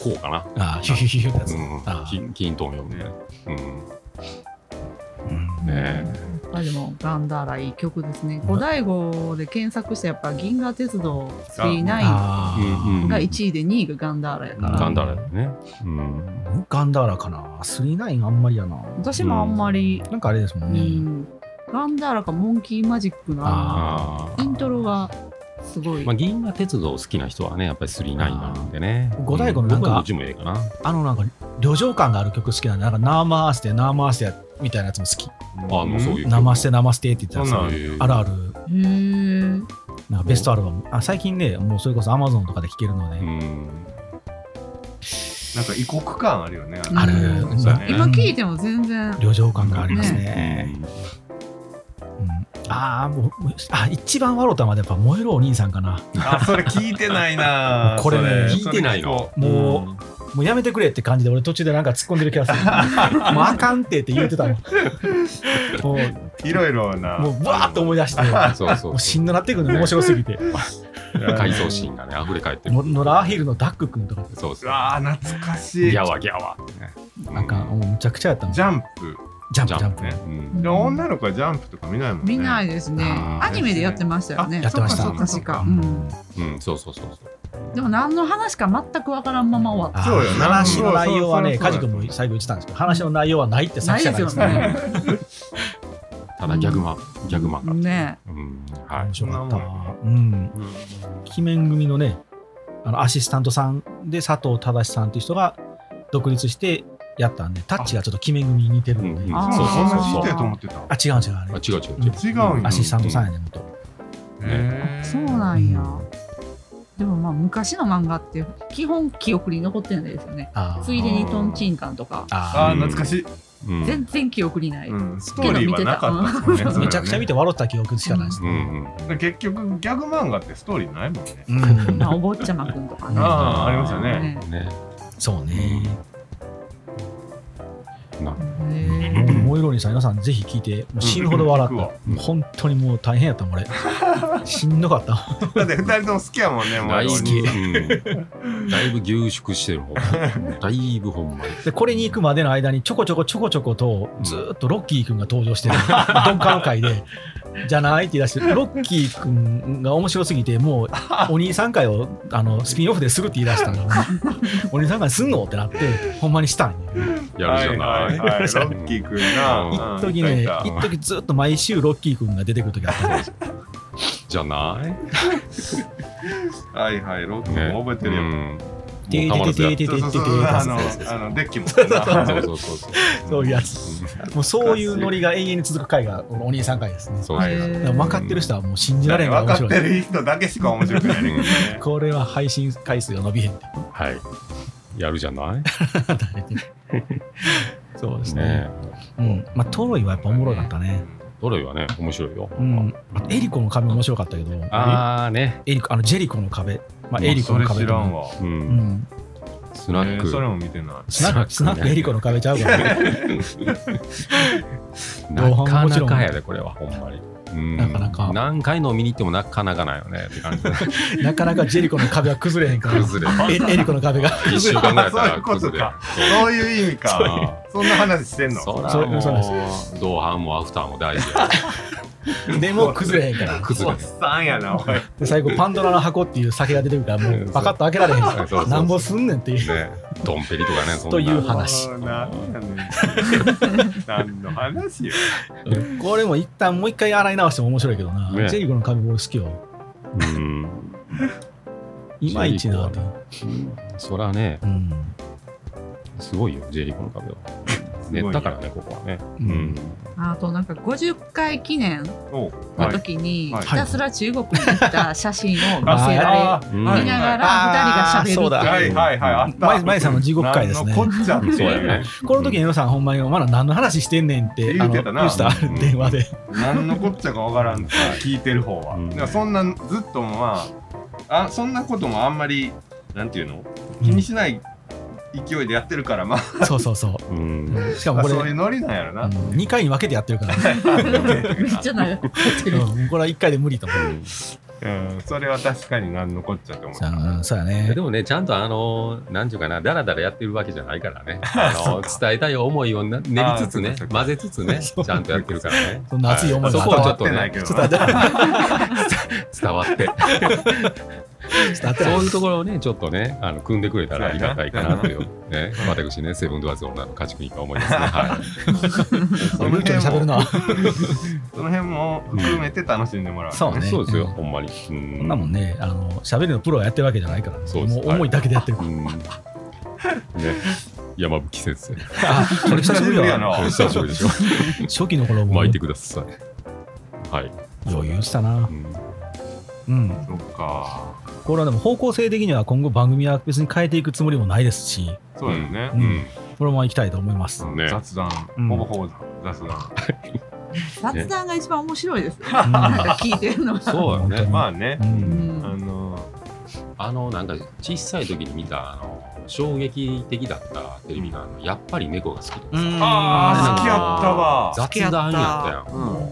S2: こうかな。
S3: ああ、ヒュヒュヒュヒュってやつ。
S2: うん
S3: あ
S2: キン、キントーン読むね。うん。ね
S4: まあでもガンダーラいい曲ですね五大悟で検索してやっぱ銀河鉄道39
S3: あ
S2: うんうん
S4: が1位で2位がガンダーラやから
S2: ガンダーラだね。うん。
S3: ーガンダーラかな。39あんまりやな。
S4: 私もあんまり
S3: なんかあれですも
S4: うん
S3: ね。
S4: んガンダーラかモンキーマジックのあ
S2: あ
S4: のイントロがすごい
S2: まあ、銀河鉄道好きな人はね、やっぱり39なんでね。
S3: 五大五のなんか
S2: うん僕はどっちもええかな。
S3: あのなんか、旅情感がある曲好きなんで、なんか、ナーマーステ、ナーマーステみたいなやつも好き。
S5: た
S2: あの、そういう。
S3: ナマステ、ナマステって言ってたやつ
S5: そんなん
S3: ある
S2: ら。
S3: ある。
S4: へえ
S3: なんかベストアルバム。あ最近ね、もうそれこそ Amazon とかで聴けるので、
S2: うん。
S5: なんか異国感あるよね
S4: うん
S3: ある、
S4: うん
S5: そうやね
S4: 今聞いても全然
S3: 旅情感がありますね。
S2: うん
S3: うん、ああ、もう、あ、一番笑ったまでやっぱ燃えるお兄さんかな。
S5: あそれ聞いてないな
S3: これね
S5: そ
S2: 聞いてないの
S5: それ聞
S3: も
S5: こ
S3: もうやめてくれって感じで、俺途中でなんか突っ込んでる気が
S5: *laughs*
S3: する。もうあかんってって言ってたの。もう、
S5: ういろいろな
S3: もうわーっと思い出して、
S2: そうそう
S3: もうし
S2: そ
S3: んどなってくるの面白すぎて。
S2: う。回想シーンがね、溢れ返ってる。
S3: の野良アヒルのダック君とか、
S2: そうそう。
S5: あ懐かしい
S2: ギ
S5: ジ
S2: ャワギャワってね。
S3: なんか、もうむちゃくちゃやったもん。ジ
S5: ャンプ
S3: ャンプ、ジャンプ。
S5: ね
S2: うん
S5: でも女の子はジャンプとか見ないもん
S4: 見
S5: ね
S4: ないですね。
S2: あー
S4: アニメでやってましたよね。
S3: やってました。
S4: そっかそっかそっか。
S3: う
S4: うんん。
S2: うん、そうそうそうそう。
S4: でも何の話か全くわからんまま終わっ
S3: あー
S5: そうよな
S3: 話の内容はね、
S5: そう
S3: カ
S5: そ
S3: ジ
S5: うそうそう
S3: 君も最後言ってたんですけど、話の内容はないって
S4: た。な
S3: 作者
S4: いで
S3: が
S4: す
S3: 言ってた
S4: よ
S3: んで
S4: ね。
S2: ただギャグマン、ギャグマンが。
S4: ね
S2: うん、
S3: はい
S2: は
S3: 面
S2: い。
S3: 白かったわ。
S5: そ
S3: うん。
S5: うん
S3: 鬼面組のねあのアシスタントさんで佐藤忠さんっていう人が独立してやったんでタッチがちょっと鬼面組に似てるんで、
S2: うん
S3: あ
S4: あー
S5: そうそんな人やと思ってた
S3: 違う違うあれ
S2: あ、違う違う違う。
S5: 違うんや
S3: アシスタントさんやね元
S5: へー
S4: そうなんや。でもまあ昔の漫画って基本記憶に残ってないですよね。
S3: あー
S4: ついでにトンチンカンとか。
S5: あ
S3: あ
S5: ー懐かしい
S2: うん
S4: 全然記憶にない、
S5: うんストーリーはなかったですもんね。
S3: めちゃくちゃ見
S5: て。
S3: て笑った記憶しかないです
S2: う
S3: ね。
S2: んうん
S5: 結局、ギャグ漫画ってストーリーないもんね。
S3: うん
S4: まあお坊ちゃまくんとかね
S5: ああ、ありました *laughs* ね。
S4: ね
S2: ね
S3: そうね。
S2: な
S4: へえ
S3: モイロニーさん、皆さんぜひ聞いて、もう死ぬほど笑った。
S5: うん
S3: もう本当にもう大変やったもん、俺。しんどかったもん。
S5: だって二人とも好きやもんね、もう
S2: だいぶ、
S3: 好き
S2: うんだいぶ凝縮してるほんまだいぶほんまに
S3: で、これに行くまでの間に、ちょこちょこちょこちょこと、ずーっとロッキー君が登場してる。 *laughs* ドンカン会で。じゃないって言い出して、ロッキー君が面白すぎて、もう、お兄さん会をあのスピンオフでするって言い出
S5: *laughs*
S3: したの。お兄さん会すんのってなって、ほんまにしたんよ。
S2: やるじゃない
S5: はいはいはいロッキーくんな。
S3: 一
S5: うん
S3: 時ね、
S5: いたい
S3: 一
S5: た
S3: 時ずっと毎週ロッキー君が出てくる時あったんですよ。
S2: じゃない
S5: はいはい、ロッキーも覚えてる
S2: う
S5: よ。
S2: ん
S3: て
S2: もうたまらずやっ
S3: で
S5: そうそうそ
S3: で
S5: う
S3: ででで
S5: あの、あのデッキも。は
S2: そうそうそうそう
S3: そういうやつ。もうそういうノリが永遠に続く回が、このお兄さん回ですね。
S2: そうそう
S5: はい
S2: うん
S3: だから分かってる人はもう信じられ
S5: 分
S3: んが面
S5: かっ
S3: 白
S5: て
S3: い。
S5: る人だけしか面白くないね。
S3: これは配信回数が伸びへんって
S2: はいやるじゃな
S3: 言
S2: い
S3: わ
S5: *laughs*
S3: れてるそうですね。
S2: ね
S3: うん。まあ、トロイはやっぱおもろかったね。
S2: どれはね面白いよ
S3: うん。あとエリコの壁も面白かったけど、
S2: ああね
S3: エリコ、あの、ジェリコの壁。まあ、
S5: え
S3: エリコ
S5: そ
S3: の
S5: れ
S3: 壁
S5: 知
S3: と
S5: ら
S3: か
S5: ん
S3: ね。
S5: わ。
S2: う
S3: うんん。
S2: スナッ
S5: えーそれ
S2: ク
S5: も見てない。
S3: スナック、スナックエリコの壁ちゃうからね。
S2: *laughs* なかなかやでこれはほんまにうん
S3: なかなか
S2: 何回飲みに行ってもなかなかないよねって感じで
S3: なかなかジェリコの壁は崩れへん
S2: *laughs*
S3: から。
S2: 崩れ
S3: えエリコの壁が。
S2: 一週間ぐらいやったら崩れる
S5: そういう意味か。
S2: あ
S5: そんな話してん
S2: ー
S5: の
S2: そ
S3: そう
S2: ら
S3: そうそうなん
S2: もう同伴もアフターも大事や
S3: でも崩れへんから。
S2: 崩
S5: お
S2: れ
S5: っ
S2: る
S5: さんやな、おい。
S3: で最後パンドラの箱っていう酒が出てくるからも
S2: う
S3: うんパカッと開けられへん
S2: *laughs* そう
S3: か
S2: そう
S3: ら
S2: そう
S3: なんぼすんねんっていう
S2: ねドンペリとかねそんな
S3: という話
S5: もうなんやねん。何の話よ。
S3: これも一旦もう一回洗い直しても面白いけどな、
S2: ね
S3: ジェリコの壁俺好きよ
S2: うん
S3: いまいちなって
S2: そらね
S3: うん
S2: すごいよジェリコの壁はねだからねここはね
S3: う
S2: うんん
S4: あとなんか50回記念
S5: おう
S4: の時に
S5: はい
S4: ひたすら中国に行った写真を見
S3: あ
S4: せら
S5: あ
S4: れ
S5: ー
S2: うん
S5: はい
S4: 見ながら二人が喋るっていう
S3: あーそうだ
S5: はいはいはい、あった。
S3: 舞舞さんの地獄会ですね
S5: なんのこっちゃってい
S2: そうやね
S3: この時に江野さんほんまに「まだ何の話してんねん」って
S5: 言うてたな
S3: あの言うてた
S2: うん
S3: 電話で
S5: 何のこっちゃかわからんって聞いてる方は。
S2: うん
S5: だからそんな、ずっとまあ、あ、そんなこともあんまり、なんていうの気にしない勢いでやってるから、まあ、
S3: *laughs* そうそうそううん *laughs* うんしかもこれ
S5: そういうノリなんやろな。
S3: 2回に分けてやってるから、
S4: めっちゃ
S5: *laughs*
S4: 長くなってる
S3: うんこれは1回で無理と思う
S5: うん、それは確かに何のこっちゃって思っ
S3: そ
S5: た。
S3: ううんそうやね
S2: でもね、ちゃんとあの、なんていうかな、だらだらやってるわけじゃないか
S3: *laughs*
S2: らね、あの伝えたい思いをな練りつつ
S5: あーそっ
S2: ね
S5: かそっ、か
S2: 混ぜつ
S3: *laughs*
S2: つね、ちゃんとやってるからね。
S3: そんな熱い思い
S2: そ
S3: があ
S2: こ
S3: った
S2: は
S3: わ
S2: ちょっ
S5: 伝わっ
S2: と
S5: てな
S2: ね
S5: い、けど
S3: ちょっと
S5: な。
S3: あ
S2: 伝わって、
S3: ち *laughs* ょっと
S2: そう
S3: あ
S2: いうところをね、ちょっとね、あの組んでくれたらありがたいかなという、
S3: *laughs*
S2: ね、私ね、セブンドアーズ女の家畜に思いますね。はい
S5: そ
S3: ル
S5: の
S3: ーチョ
S5: 辺
S3: に喋る
S5: も、
S3: な
S5: その辺も含めて楽しんでもらう。
S3: そうね
S2: そうですよ、ほんまに。そ
S3: こ
S2: ん
S3: んなもんね、あの喋るのプロがやってるわけじゃないから、
S2: そうです
S3: もう思いだけでやってるか
S2: うんね、山吹先生、
S3: ら。あ、これ久しぶりやな。
S5: あ
S2: お久しぶりでしょ。
S3: 初期の頃も
S2: 巻いて
S3: 余
S2: ください。はい。
S3: 裕したな
S2: う。ん
S3: うん。
S5: そっか。
S3: これはでも方向性的には今後番組は別に変えていくつもりもないですし、
S5: そうだよね。
S2: うん
S3: このまま行きたいと思い
S5: *laughs*
S3: ます。
S2: ね
S5: 雑談、
S3: うん
S5: ほぼほぼ雑談。
S4: 雑談が一番面白いですね
S5: *laughs*
S3: うん
S4: なんか聞いてるのが
S2: そうよね。
S5: まあね
S3: う、。
S2: うんん
S5: あの
S2: あのなんか小さい時に見たあの衝撃的だったテレビのあのやっぱり猫が好きとかさ
S5: あー好きや
S4: あ
S5: ったわ
S2: 雑談やったやん
S5: うん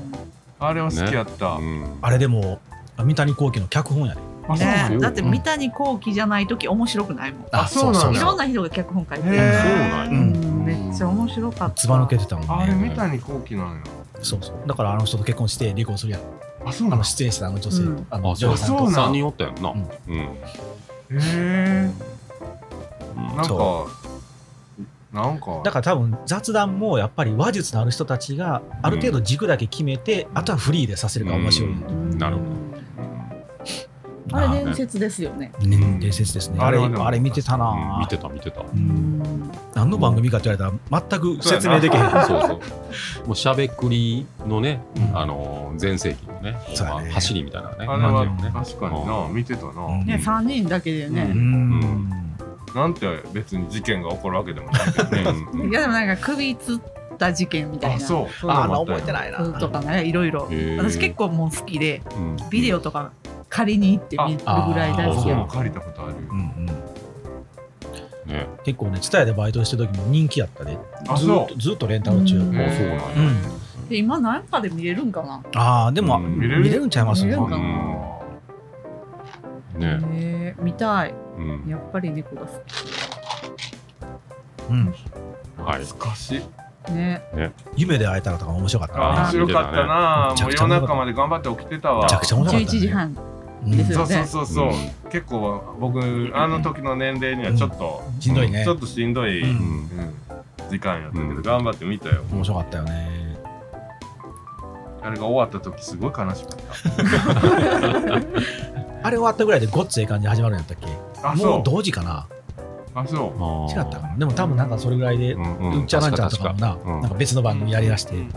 S5: あれは好きやった。
S2: うん
S3: あれでも、三谷幸喜の脚本やね。
S5: あそうなん
S4: ね
S5: や
S4: だって三谷幸喜じゃない時面白くないもん
S5: あそうなん
S4: い
S5: だ
S4: ろんな人が脚本書いてる
S5: へー
S4: う
S3: うん
S4: んめっちゃ面白かった
S3: つば抜けてたも
S5: あ
S3: ん
S5: れ
S3: ね。
S5: 三谷幸喜なんや。
S3: そうそう。だからあの人と結婚して離婚するやん。
S5: あそう
S3: あ
S5: なん
S3: の
S5: や。
S3: 出演したあの女性
S4: うん、
S3: あの
S2: あ
S3: 女優さん
S5: そう
S3: と
S5: なん。
S2: 三人おったやんな
S3: うん
S2: うん
S5: へえ。なんか
S3: そ
S5: なんか。
S3: だから多分雑談もやっぱり話術のある人たちがある程度軸だけ決めて、あとはフリーでさせるから面白い。
S4: うん
S2: なるほど
S4: あれ伝説ですよね
S3: ね伝説ですね。あ
S5: あ
S3: れ
S5: れ
S3: あれ見てた
S2: うん
S3: な
S2: 見。てた見てた
S3: うん何の番組かって言われたら全く説明できへん。
S2: そうそうもうしゃべくりのね
S3: うん
S2: あの全盛期のね
S3: そうやね
S2: ほんま走りみたいなね
S5: あれは
S2: 感じよね
S5: 確かにな見てた
S3: うん
S5: な。
S4: ね三人だけで
S3: う
S4: ね
S3: ん
S5: なんて別に事件が起こるわけでもないけどね。
S2: うん
S4: いやでもなんか首つった事件みたい
S5: あ
S4: な
S5: そうそん
S3: あ
S5: な
S3: あ
S5: のも
S3: の覚
S5: ったよ
S3: えてないな。
S4: とかねいろいろ
S2: へー
S4: 私結構もう好きで
S2: うん
S4: ビデオとか借りに行って見るぐらい大好
S5: 僕
S4: きや
S5: も借りたことあるよ
S3: うんうん
S2: ね
S3: 結構ね、ツタヤでバイトしてる時も人気やったで、
S5: あ
S3: ずー
S5: そ
S3: っとずーっとレンタル中。
S4: う
S5: う
S4: と
S5: へ
S2: あそう
S5: ー
S2: な
S3: う
S2: んや
S3: ん
S4: で今何かで見れるんかな
S3: ああ、でも、
S2: うん
S5: 見れる
S3: 見れるんちゃいます
S4: 見れ
S3: ね
S4: る。んか
S2: うん
S4: な、
S2: ね
S4: ねえ見たい
S2: うん
S4: やっぱり猫が好
S3: うん
S2: はい
S5: 懐かしい
S4: きね
S3: 夢で会えたらとか面白かった
S5: あ
S3: な。
S5: 面白かったな
S3: 見てたね
S5: もう夜中まで頑張って起きてたわ
S3: めちゃくちゃ面白か
S4: 11
S3: った、ね。
S4: 時半
S3: うん
S4: です
S5: そ
S4: よ
S5: う
S4: ね
S5: そうそうそう、
S2: う
S5: 結構僕あの時の年齢にはちょっと、
S3: しんどいね
S5: ちょ。っとしんどい、
S3: う
S2: うんん
S5: 時間やったけど、
S2: うん
S5: 頑張って見たよ
S3: 面白かったよね。
S5: あれが終わった時すごい悲しかっ
S3: あれ終わったぐらいでごっつええ感じで始まるんやったっけ
S5: たあ
S3: も
S5: そうう
S3: 同時かな
S5: あそう
S3: 違ったかなでも多分なんかそれぐらいで、
S2: う
S3: うん
S2: うん
S3: んちゃなんちゃんとかもな、
S2: 確かうん
S3: なんか別の番組やりだして、
S5: うん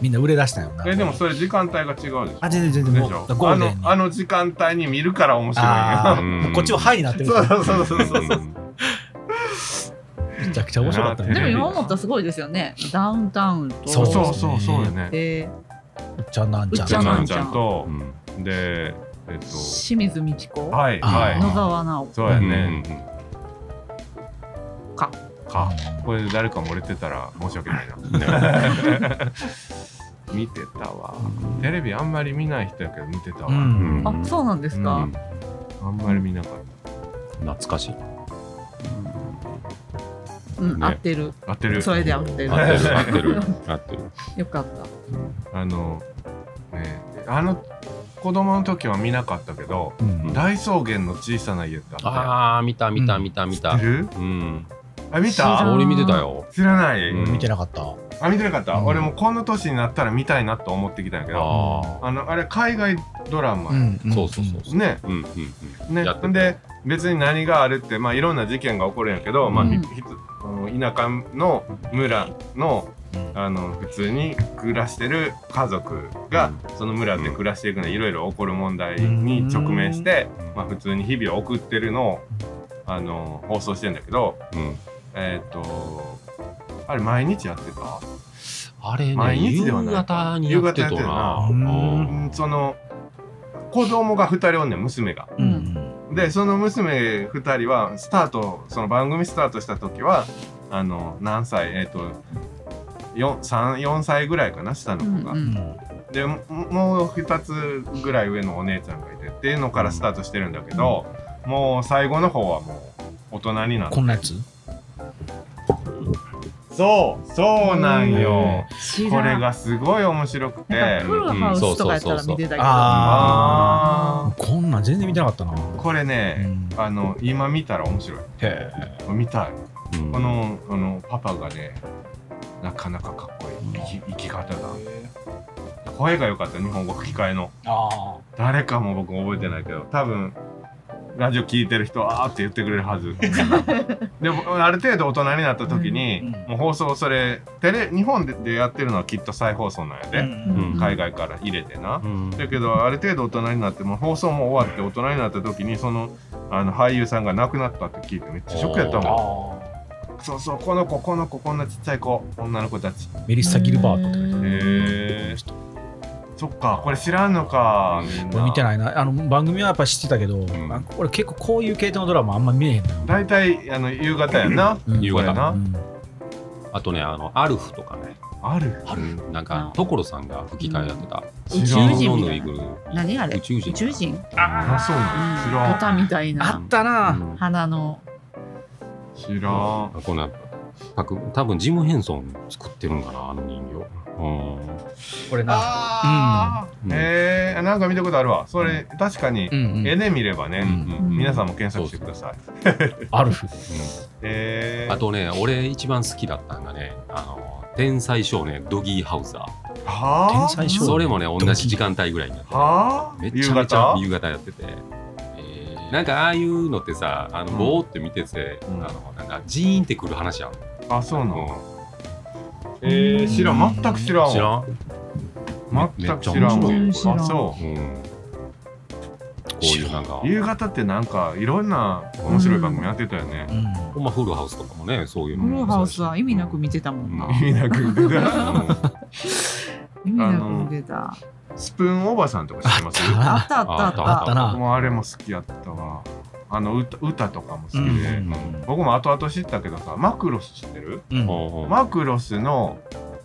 S3: みんな売れ出したんやろな。
S5: えでもそれ時間帯が違うでしょ
S3: あ、全然全然
S5: で
S3: も
S5: しょ
S3: う、ゴー
S5: あ
S3: ルデ
S5: の
S3: ンに。
S5: あの時間帯に見るから面白いん
S3: あ
S5: や
S3: ー
S2: うん
S3: もうこっちもハイになってる
S5: *laughs* そ
S3: か
S5: う
S3: ら
S5: そう
S3: *laughs*
S5: そうそうそうそう
S3: めちゃくちゃ面白かったね。
S4: でも
S5: テレビ
S4: 今思ったらすごいですよねダウンタウンと
S3: そう
S5: そうそうそうよね
S4: で
S3: うっちゃんなんちゃ
S4: うっ
S3: ん。
S4: ちゃん
S5: な
S4: なんん
S5: ち
S4: ち
S5: ゃ
S4: ゃ
S5: ん
S4: ん
S5: と
S2: う、ん
S5: でえっと
S4: 清水美智子
S5: はい
S3: あー
S5: はい
S4: 野沢直子
S5: そうやね、
S4: か
S5: かこれで誰か漏れてたら申し訳ないな
S2: うんね
S5: *laughs* 見てたわテレビあんまり見ない人やけど見てたわ、
S3: うん
S2: うん
S4: あそうなんです
S5: う
S4: か
S5: んあんまり見なかっ
S2: 懐かしい
S4: うん、
S2: ね
S4: 合ってる
S5: た合ってる
S4: それで合ってる
S2: 合ってる合って
S5: *laughs*
S2: る合ってる
S4: よかった
S5: あのねあの子供の時は見なかったけど
S3: うん
S5: 大草原の小さな家ってあっ
S2: ああ見た見た見た見た
S5: たよ知ってる
S2: うん
S5: あ見
S4: 知ら
S5: た
S4: ん
S2: 俺見てたよ
S5: 知らない、
S2: うん
S3: 見てなかった。
S5: あ見てなかった、
S3: うん
S5: 俺もこの年になったら見たいなと思ってきたんやけどあ
S2: あ
S5: のあれ海外ドラマ、
S3: ん
S2: あそうそうそうそう
S5: ね
S2: うんうんうん
S5: ね
S2: やってた
S5: で別に何があるってまあいろんな事件が起こるんやけど、まあ
S4: うん
S5: ひひつあの田舎の村のあの普通に暮らしてる家族がその村で暮らしていくのでいろいろ起こる問題に直面して、
S2: うん
S5: まあ、普通に日々を送ってるのをあの放送してんだけど
S2: うん
S5: えっ、とあれ毎日やってた
S2: あれ
S5: 毎
S2: ね
S5: 日で
S2: 夕
S5: はない
S2: 方にやってた
S5: 夕方やってる
S2: な
S5: な
S2: うん
S5: うんその子供が2人おんねん娘が。
S3: うん
S5: でその娘2人はスタートその番組スタートした時はあの何歳えっ、と4歳ぐらいかな下
S4: う
S5: の子
S4: ん
S5: が。
S4: うん
S5: でももう2つぐらい上のお姉ちゃんがいてっていうのからスタートしてるんだけど、もう最後の方はもう大人になって
S3: こんなやつ
S5: そうそうなんよ、
S4: 知
S5: こ
S4: ら
S5: れ
S4: ん
S5: がすごい面白く
S4: な
S5: て
S4: んかフルハウスとかやったら見てたけど、
S5: あ
S3: こんなん全然見てなかったな。
S5: ーこれ
S3: う
S5: ね、
S3: ん
S5: あの今見たら面白い
S3: へ
S5: 見たい
S2: うん
S5: このあのパパがねなかなかかっこいい生き生き方が声が良かった日本語吹き替えの
S3: あ
S5: 誰かも僕覚えてないけど多分ラジオ聞いてる人はあーって言ってくれる
S3: *laughs*
S5: はずでもある程度大人になった時に、
S3: うん
S5: もう放送それテレ日本ででやってるのはきっと再放送なんやで、
S2: うん
S5: 海外から入れてな、
S2: うん
S5: だけどある程度大人になってもう放送も終わって大人になった時にそのあの俳優さんが亡くなったって聞いてめっちゃショックやったもんそうそうこの子この子こんなちっちゃい子女の子たち
S3: メリッサ・ギルバートって書いてある。
S5: へえそっかこれ知らんのかみんな
S3: これ見てないな。あの番組はやっぱ知ってたけど、
S2: ん
S3: あ俺結構こういう系統のドラマあんま見えへんのよ。
S5: 大体あの夕方やな
S3: うん
S2: 夕方
S5: これ
S3: う
S5: なん
S2: あとねあのアルフとかね
S5: ある
S2: あるなん
S4: あ
S2: か所さんが吹き替えやってた
S5: うん
S2: 宇宙人の
S4: みた
S2: ぬ
S4: い
S2: い
S4: な
S2: ぐるみ
S4: 何あれ
S2: 宇宙人
S4: 宇宙人
S5: あそうなの知らん
S4: 豚みたい
S3: あ
S4: な
S3: ったな。
S2: うん
S4: 鼻の
S5: 知らん
S2: このたく多分ジム・ヘンソン作ってるんかなあの人形
S3: これな。
S5: あ
S2: うん
S5: ーへえなんか見たことあるわそれ確かに
S3: うんう
S5: 絵
S3: ん
S5: で見れば
S2: う
S5: ね
S2: ん
S4: うん
S5: 皆さんも検索してください
S3: アルフ。
S5: へえ
S2: あとね俺一番好きだったんがねあの天才少年ドギー・ハウザ
S5: は
S3: 天
S5: あ
S3: 才
S2: ー
S3: 少年。
S2: それもね同じ時間帯ぐらいになって
S5: はあ
S2: め
S5: 夕
S2: ちゃめちゃ
S5: 方
S2: 夕方やってて、えーなんかああいうのってさあの
S5: うん
S2: ぼーって見てて、
S5: うん
S2: あのなんかジーンってくる話やん、
S5: あそうなの
S2: う
S5: えー知らん全く知ら
S2: ん、知
S5: ん
S2: ら
S5: わ
S2: ん
S5: 全く知らんわ
S4: めっちゃ面白い
S5: あそう
S2: うんこういうなんか、
S5: 夕方ってなんかいろんな面白い番組やってたよね、
S3: うん
S2: ほんまフルハウスとかもね、そういうの
S4: ブルー
S2: も
S4: ハ
S2: そう
S4: ウ
S2: だし
S4: スは意味なく見てたもんな。
S5: 意味なく出た
S2: う
S4: 意味なく見てた。
S5: スプーンおばさんとか知ってます
S3: あ
S4: あ
S3: あ
S4: ったあったあった。
S3: あったな。
S5: もうあれも好きやったわあの歌歌とかも好きで、
S2: ん
S5: 僕も後々知ったけどさマクロス知ってる
S3: うん
S2: うんうん
S5: マクロスの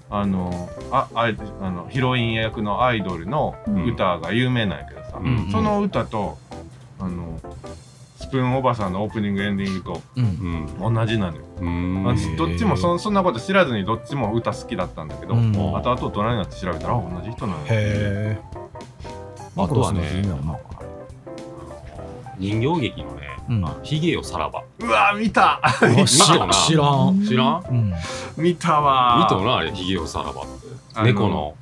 S5: あのああいあのヒロイン役のアイドルの歌が有名なんやけどさ、
S2: うん
S5: その歌とあのスプーンおばさんのオープニングエンディングと
S3: うん
S2: うん
S5: 同じなのよ、
S2: うん
S5: まあどっちもそそんなこと知らずにどっちも歌好きだったんだけど、
S3: うん
S5: 後々大人になって調べたらあ同じ人なんや
S3: へえ。マ
S2: あとはね、
S3: クロスの
S2: 人形劇のね、
S3: うん
S2: あヒゲよさらば。
S5: うわ見た *laughs*
S3: 姫
S2: 見
S3: 知
S2: たよな
S3: 知らん。
S2: 知らん
S3: うん。
S5: 見たわ
S2: 見たよな、あれ、ヒゲよさらばって。
S5: あの
S2: 猫の。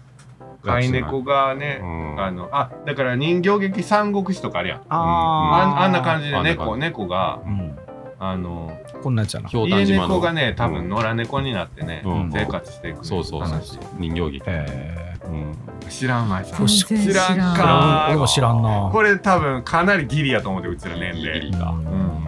S5: 飼い猫がね、
S2: うん。
S5: あのあだから人形劇三国志とかあるやんあんあんな感じで
S2: あ
S5: 猫
S2: ん
S5: 猫が
S3: うん。
S5: あの
S3: こんなんやつやな。
S2: ひょうた
S5: 家
S2: ん島
S5: 猫
S2: の。
S5: がね多分野良猫になってね、
S2: うん
S5: 生活していく
S2: そうそうそうそう。人形劇。
S3: へ
S2: うん
S5: 知らんまいさ
S4: 全
S5: ん
S4: 然
S5: 知らん
S3: え。
S5: かあー
S3: 俺も知らんな。
S5: これ多分かなりギリやと思ってうちら年
S2: ギリギ
S5: 齢
S2: リか
S3: う
S5: うんん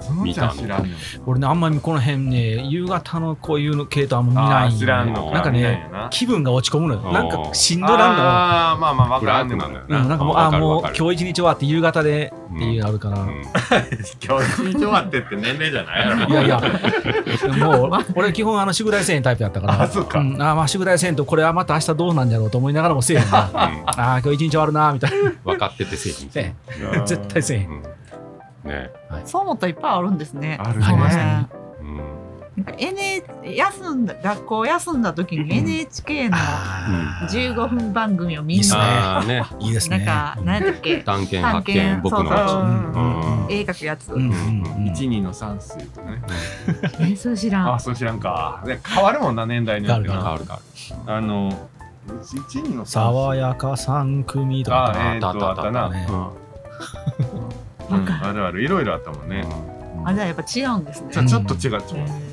S5: そのちゃん知らんの
S3: 俺ね、あんまりこの辺ね、夕方のこういうの系統はあんま見な
S5: あ
S3: い
S5: ー
S3: よね
S5: 知らんの
S3: なんか
S5: 見ない
S3: ね、
S5: よな
S3: 気分が落ち込むの
S2: う
S3: よ。
S2: ん
S3: なんかしんどなんだ
S5: あーまあまあわからんでも
S2: 暗くな
S5: ない
S2: る
S3: よ。うん、なんかもう、
S2: あ
S3: あ
S2: わか
S3: ー
S2: るわ
S3: もう
S2: かる
S3: 今日一日終わって夕方でっていうのあるから。
S2: うん
S5: 今日一日終わってって年齢じゃないやろ
S3: いやいや、 *laughs* もう俺、基本、あの宿題せえへんタイプやったから、
S5: あそうか
S3: んあまあ宿題せんと、これはまた明日どうなんだろうと思いながらもせえへんな、あ
S2: うん
S3: あ、今日一日終わるな、みたい
S2: 分かってて製品
S3: ね
S5: う
S3: な、
S5: ん
S3: 絶対せえへん。
S2: ね
S4: そう思ったらいっぱいあるんですね。
S5: ある
S3: ありました
S5: ね
S3: ね
S2: うん
S4: なんか N 休んだ学校休んだ時に NHK の
S3: あー
S4: 15分番組を見
S3: いい
S4: ん
S3: っすね
S4: な
S2: ああね
S3: いいです
S4: なん
S3: ね。
S4: か何だっけ
S2: 探検
S4: 探
S2: 発
S4: 検
S2: 見僕の
S4: そうそう
S2: 街
S3: うん
S2: うん
S4: 絵描くやつ。
S3: うんうんうん
S5: 一二の三数とかね
S4: えそれ知ら
S5: あ
S4: ん
S5: ー。そう知らんかで変わるもんな年代によって
S3: 変わる変わ
S5: な
S3: る
S2: 変わる変わる
S5: あの、一二の
S3: 爽
S5: や
S3: やか三組とか
S5: あえー、
S2: あ
S5: と
S2: ったあった
S5: あったな
S3: あったね
S5: う
S4: わ
S5: ん、
S4: か
S5: あるあるいろいろあったもんね、
S4: あじゃあやっぱ違うんですね
S5: じゃ。あちょっと違っちゃ
S4: う
S5: う、
S4: ん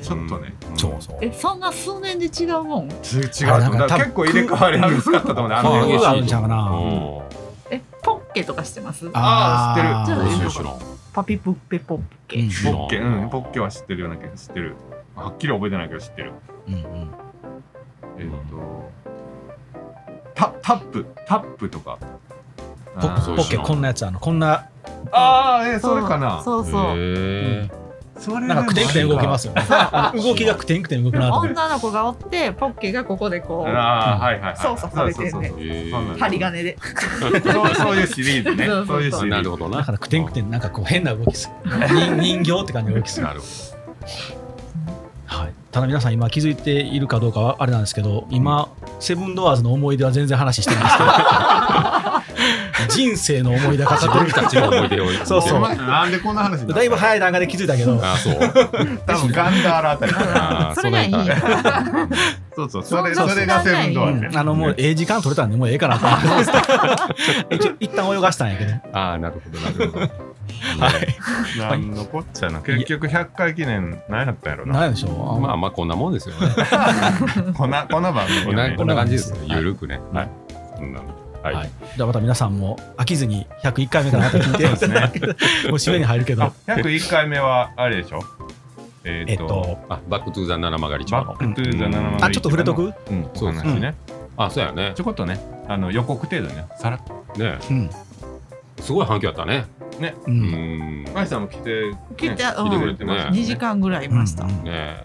S5: ちょっとね、
S3: そうそう。
S4: えそんな数年で違うもん。
S5: ち違う
S3: あなん
S5: と
S3: か
S5: だ
S3: 多
S5: から
S3: 分
S5: 結構入れ替わり激しかったと思うねあの
S3: う
S5: 辺
S3: ん
S5: は
S3: あるんちゃうかな
S4: えポッケとかしてます？
S5: あ
S4: ー知ってる
S2: どう
S4: ち
S2: し
S4: ょ
S2: よ
S4: っ
S2: うしろ
S4: パピプッペポッケ。
S3: うん
S5: ポッケうんポッケは知ってるような気が知ってるはっきり覚えてないけど知ってる
S3: うんうん
S5: えっ、とタタップタップとか
S3: ポ
S5: あー
S2: そう
S3: ポ
S2: で
S3: ッ
S2: し
S3: ケ
S2: ょ
S3: こんなやつあのこんな
S5: あーえー、それかな
S4: そうそうそう。
S2: へ
S5: それで
S3: なん
S5: も
S3: かくてんくてん動きますよね。あの動きがくてんくてん動くなと思って。
S4: 女の子がおってポッケがここでこう
S5: ああはいはいはい
S4: 操作されてんね
S5: そうそうそうそう
S2: え
S5: そうなんだ
S4: 針金で
S5: そうそういうシリーズね。
S4: そ
S5: そう
S4: そう
S5: う
S4: そう
S5: いうシリ
S2: な
S5: ーズ
S2: る。ほど
S3: だ
S2: な
S3: からくてんくてんなんかこう変な動きする。人人形って感じの動きする
S2: な。るほ
S3: はい、ただ皆さん今気づいているかどうかはあれなんですけど今、セブンドアーズの思い出は全然話してないんですけど人生の思い出語って
S2: ど
S3: る
S2: 僕たちの思い出を
S3: そうそう
S5: お前なんでこんな話になった
S3: だいぶ早い段階で気づいたけど
S2: ああそう
S5: 多分ガンダーラあたりかな。
S2: あー
S5: *laughs*
S4: それがいい
S2: その辺から
S5: そうそう、それ、
S4: そんな
S5: それがセブンドア
S4: そ
S5: ね
S3: う。んあのもうええ時間取れたんでもうええかなと思ってます一応一旦泳がしたんやけど
S2: ああなるほどなるほど
S3: はい
S5: なんのこっちゃな。結局100回記念、何やったんやろ
S3: 何
S5: な。
S3: でしょう
S2: まあまあこんなもんですよね
S5: こんな、こんな番組
S2: こん
S5: よ
S2: な
S5: ね
S2: こんな感じですね。
S3: はい
S2: ゆるくね。
S3: は
S2: はいい。そんなの
S3: は
S2: はい
S3: い。、じゃあまた皆さんも飽きずに101回目からまた聞いて
S5: そうで
S3: *laughs*
S5: す
S3: もう締めに入るけど
S5: あ、101回目は、あれでしょえ
S3: え
S5: っ
S3: っ
S5: と、
S3: と
S2: あ、バックトゥーザ七曲がりちゃ
S5: バ
S2: ん
S5: ッ。クトゥーザ7
S3: あちょっと触れとく、
S5: うん、
S2: そ
S5: そうう
S2: です
S5: 話
S2: ね
S5: ね。
S2: あ、そうやね
S5: ち。ょこっとね、あの予告程度ね、さらっと。
S2: ね、
S3: うん
S2: すごい反響あったね。
S3: う
S2: うんん。ね
S5: マイさんも来て、
S4: 来てうん
S5: 来てくれてましたね。
S4: 2時間ぐらいいました、
S3: うん
S2: え、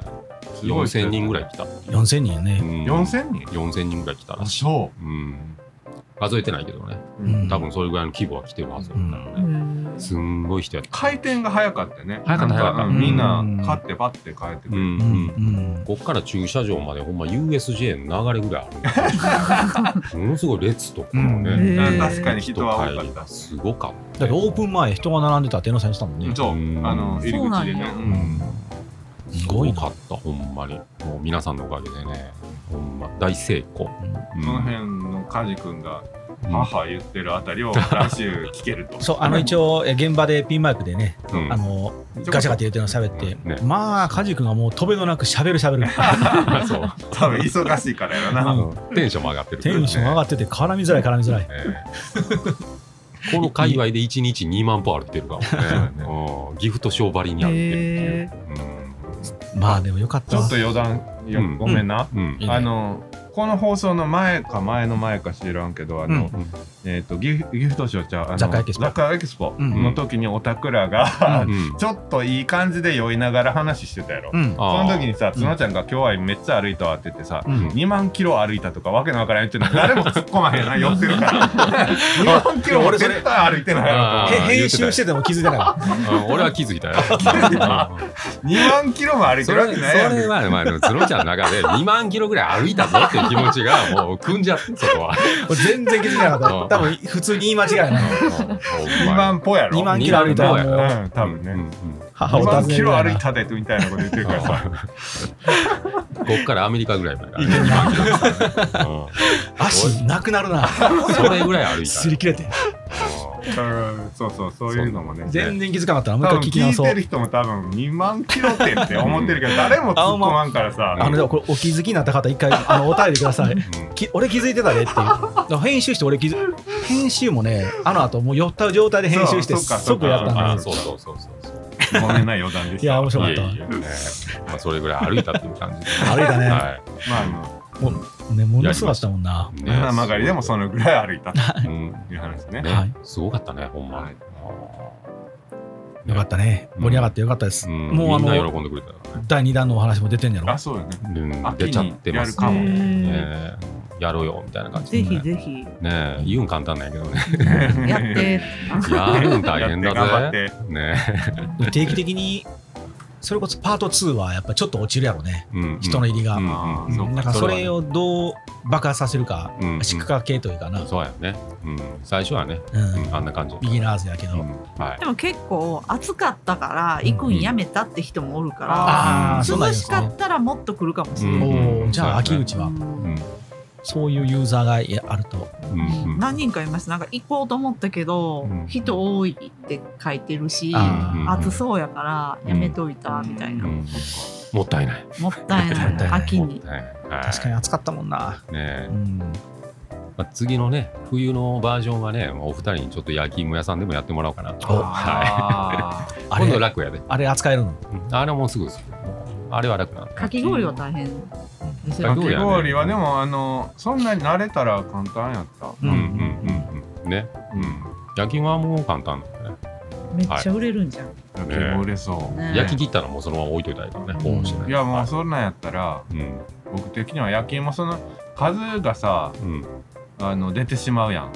S5: すごい
S2: 四千人ぐらい来た。
S3: 4000人やね、
S5: 4000人
S2: 四千人ぐらい来たらしい。
S5: そ
S2: うん。数えてないけどね。
S5: う
S3: うん
S2: 多分それぐらいの規模は来てるはずだからね。
S4: うん
S2: すんごい人やった。
S5: 回転が早かったね。
S2: 早かった
S5: なん
S2: 早かった
S5: うんみん
S3: う、
S5: なん勝ってパッて帰ってく
S2: う
S3: う
S2: んうん
S5: る。
S2: ん。
S3: うん
S2: こっから駐車場までほんま USJ の流れぐらいある。 *laughs* ものすごい列とかも
S3: う
S2: ね。
S4: んへー
S5: 確かに人は多か
S2: 帰
S5: っ
S2: りが
S5: た。
S2: すごかった。
S3: だってオープン前人が並んでたって江野さん言ってたもんね、
S5: そう、
S2: うん
S5: あの入り口でね。
S4: そううん
S3: すごい
S2: 多
S3: な
S2: かったほんまにもう皆さんのおかげでねほんま大成功、うん
S5: その辺のカジ君が
S2: うん
S5: 母言ってるあたりを来週聞けると。
S3: そうあの一応え現場でピンマイクでね、
S2: うん
S3: あのガチャガチャ言ってるの喋って、
S2: ね
S3: まあカジ君がもうとべのなく喋る喋る
S2: *laughs* そう
S5: 多分忙しいからやろ
S2: あ
S5: な。
S2: のテンションも上がってる
S3: テンション上がってて絡みづらい絡みづらい
S2: えこの界隈で1日2万歩歩いてるからねうんギフトショーばりに歩いてるっていう。
S3: まあでもよかっ
S5: ち
S3: た
S5: ょ
S3: わ
S5: っと余談よ
S2: うん
S5: ごめんな、
S2: うん
S5: *laughs*
S2: うん
S3: いいね
S5: あのこの放送の前か前の前か知らんけどあの、
S2: うん
S5: えっ、とギフギフトショーちゃうあの
S3: 雑貨エキスポ
S5: 雑貨エキスポ
S3: うん
S5: の時にオタクらが、
S2: うん
S5: ちょっといい感じで酔いながら話してたやろ、
S3: うん
S5: そ
S2: あー
S5: の時にさ、つのちゃんが今日はめっちゃ歩いたわって言ってさ、
S3: うん
S5: 2万キロ歩いたとかわけのわからんっていうのは誰も突っ込まへんな、酔ってるから。2万キロ俺絶対歩いてないやろ
S2: あー
S3: へ編集してても気づいてないわ
S2: うん俺は気づいた
S5: *laughs*
S2: よ。うん
S5: と思って。2万キロも歩い
S2: そ
S5: て
S2: れは
S5: るわ
S2: そ
S5: けないやん
S2: れ
S5: け。
S2: は、まあ、でもズロちゃんの中
S5: *laughs*
S2: で2万キロぐらい歩いたぞっていう気持ちがもう組んじゃってそこは。
S3: 俺全然気づいてなか
S2: う
S3: っ
S2: ん
S3: た多分普通に言い間違いない
S5: 2万歩やろ。
S3: 2万キロ歩いたら
S2: 二
S3: も
S2: 万
S3: う
S5: うん、多分ね。
S2: うんうん
S3: 母
S5: 2
S3: を訪
S5: 万
S3: ね
S5: キ
S3: る
S5: ロ
S3: よう
S5: 歩い
S3: な
S5: たでってみたいなこと言ってるからさ。
S2: こっからアメリカぐらいまで、ね、2万キロですからね
S3: 足なくなるな
S2: うんそれぐらい歩いた
S3: 擦
S2: ね
S3: り切れて
S5: うんそうそう、そういうのもね。
S3: 全然気づかなかったなもう
S5: 多
S3: 一回聞
S5: 分
S3: き
S5: 聞
S3: 直
S5: い
S3: そう
S5: てる人も多分2万キロってって思ってるけど、誰も突っ込まんからさ。
S3: あのでもこれお気づきになった方一回あのお便りください
S2: うん
S3: き俺気づいてたでっていうだから編集して俺気づ編集もねあの後もう酔った状態で編集して
S5: そうそっかそっか
S3: 即やったん
S2: あ
S3: だ
S2: あそうそうそうそうそう
S5: ごめんな、余談でした。
S3: いや面白かっ
S2: い
S3: た
S2: え
S3: わ
S2: いえ、ねまあ、それぐらい歩いたっていう感じで、
S3: 歩いたね
S2: は、
S5: まあま
S3: ねものすごかったもんない
S5: あ、七曲がりでもそのぐらい歩いたと
S2: うん
S5: いう話ね。
S2: ね
S3: はい
S2: すごかったねほんま、
S5: はい
S2: あー
S3: よかったね
S2: うん
S3: 盛り上がってよかったです
S2: うん、
S3: もうあ
S2: みんな
S3: の
S2: 喜んでくれたか
S3: 第2弾のお話も出てんやろ
S5: あ、そうよね。
S2: らうん
S5: 秋
S2: 出
S5: に
S2: ちゃってますね
S5: やるかも
S2: ねやろうよみたいな感じで
S4: ぜひ
S2: ね
S4: ぜひ
S2: ねえ言うん簡単なんやけどね *laughs*
S4: やって。
S2: やるん大変だ
S5: *laughs* やって
S2: ぜね
S3: 定期的にそれこそパート2はやっぱちょっと落ちるやろね
S2: え、うん
S3: 人の入りが
S2: うん
S5: あ
S2: うん
S5: ーそう
S3: だからそれをどう爆発させるか
S2: うんうん
S3: 仕掛けというかな
S2: そうやね、うん、最初はね、
S3: うん
S2: うん、あんな感じ
S3: ビギナーズやけど
S2: うんはい
S4: でも結構暑かったから行くんやめたって人もおるか
S3: ああ
S4: ら、
S3: そうなん
S4: 涼
S3: で
S4: し
S3: す
S4: か
S3: ね
S4: ったらもっと来るかもしれ
S2: うん
S4: ない。
S3: おおじゃあ秋口
S4: う
S3: は
S4: ん
S2: うん
S3: そういうユーザーがやあると
S2: うんうん
S4: 何人かいましたなんか行こうと思ったけど、
S2: うん
S4: 人多いって書いてるし
S3: あ
S2: ー
S4: 暑そうやからやめといたみたいな、
S2: うんもったいない
S4: もったいな
S3: も
S4: い
S3: ったいない
S4: 秋
S2: もっ
S4: に
S2: たいないはい
S3: 確かに暑かったもんな
S2: ねえ
S3: うん
S2: まあ、次のね冬のバージョンはねお二人にちょっと焼き芋屋さんでもやってもらおうかなと、
S3: お
S2: は
S5: あ
S2: い、
S3: あ
S2: 今度
S3: れ
S2: 楽やで、
S3: あれ扱えるの
S2: うんあれはもうすぐですもうあれは楽なんで
S4: かき氷は大変です
S5: ー
S4: よ
S5: か
S2: ど
S4: ね
S2: う
S5: き
S2: やね
S5: 氷はでもあのそんなに慣れたら簡単やった。
S2: うんうんうんうんね、うん、焼き芋はもう簡単だね、
S4: めっちゃ売れるんじゃん、
S5: 焼き芋売れそう。
S4: ね
S2: 焼き切ったのもそのまま置いといたりとかね保温してね
S5: いやも
S2: は
S5: うそんなんやったら
S2: いうん
S5: 僕的には焼き芋その数がさ
S2: うん
S5: あの出てしまうやん。
S3: う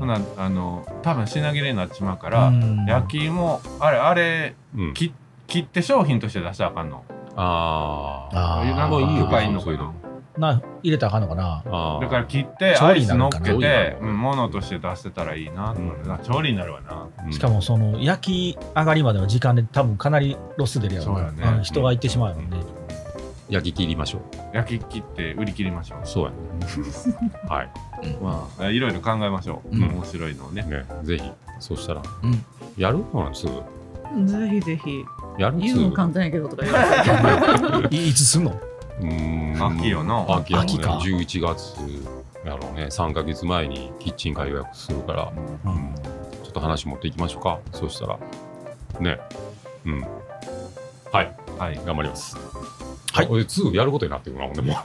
S5: ほ
S3: ん
S5: なあの多分品切れになっちまうから、焼き芋あれあれ
S2: うん
S5: 切切って商品として出したらあかんの。
S2: あー
S3: あー
S5: なん
S3: も
S5: か
S3: ういいよ
S5: とかいいのか
S2: そういうの
S5: な。
S3: な入れたらあかんのかな
S2: あー
S5: だから切って
S3: 調
S5: ア
S3: 理
S5: イ
S3: にな
S5: ス
S3: る
S5: 乗
S3: の
S5: っ
S3: かな
S5: けて、
S2: う
S5: うんん、ものとして出せたらいいなと思って、
S2: うん
S5: 調理になるわな。
S2: うん
S3: しかもその焼き上がりまでの時間で多分かなりロス出るやろ
S5: そうやね
S3: あの人が行ってしまうもんね、
S2: 焼き切りましょう
S5: 焼き切って売り切りましょ
S2: そうや
S5: *laughs*
S2: ねはい、
S5: う。まあいろいろ考えましょう。
S3: うん
S5: 面白いのをね。
S2: ね、ぜひそうしたら、
S3: うん
S2: やるほらすぐ
S4: ぜひぜひ
S2: やる
S4: 言うの
S2: すぐ
S4: 簡単やけどとか言われて
S3: いい *laughs* つすんの
S2: うーん
S5: 秋よな
S2: 秋やろうね
S3: 秋か
S2: 11月やろうね3か月前にキッチンカー予約するから、うんちょっと話持っていきましょうかそうしたらねうんはい *laughs*
S5: はい。 *laughs*
S2: 頑張ります
S3: はい
S2: いすぐやることになってくるなほんでも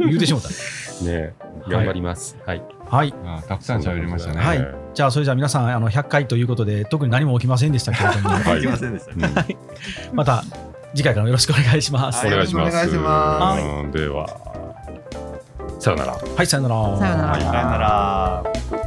S3: 言うてしもうた
S2: うね頑張りますはい、
S3: はい
S5: あたくさん喋りましたね。
S3: はいじゃあそれじゃあ皆さんあの100回ということで特に何も起きませんでしたけれど
S5: *laughs*
S3: も
S2: はい
S5: できませんでしたね。
S3: また次回からもよろしくお願いします
S5: は
S2: お
S5: い
S2: 願いします
S5: お願いします
S2: うんではさよなら
S3: はいさよなら
S4: さよなら
S5: さよなら。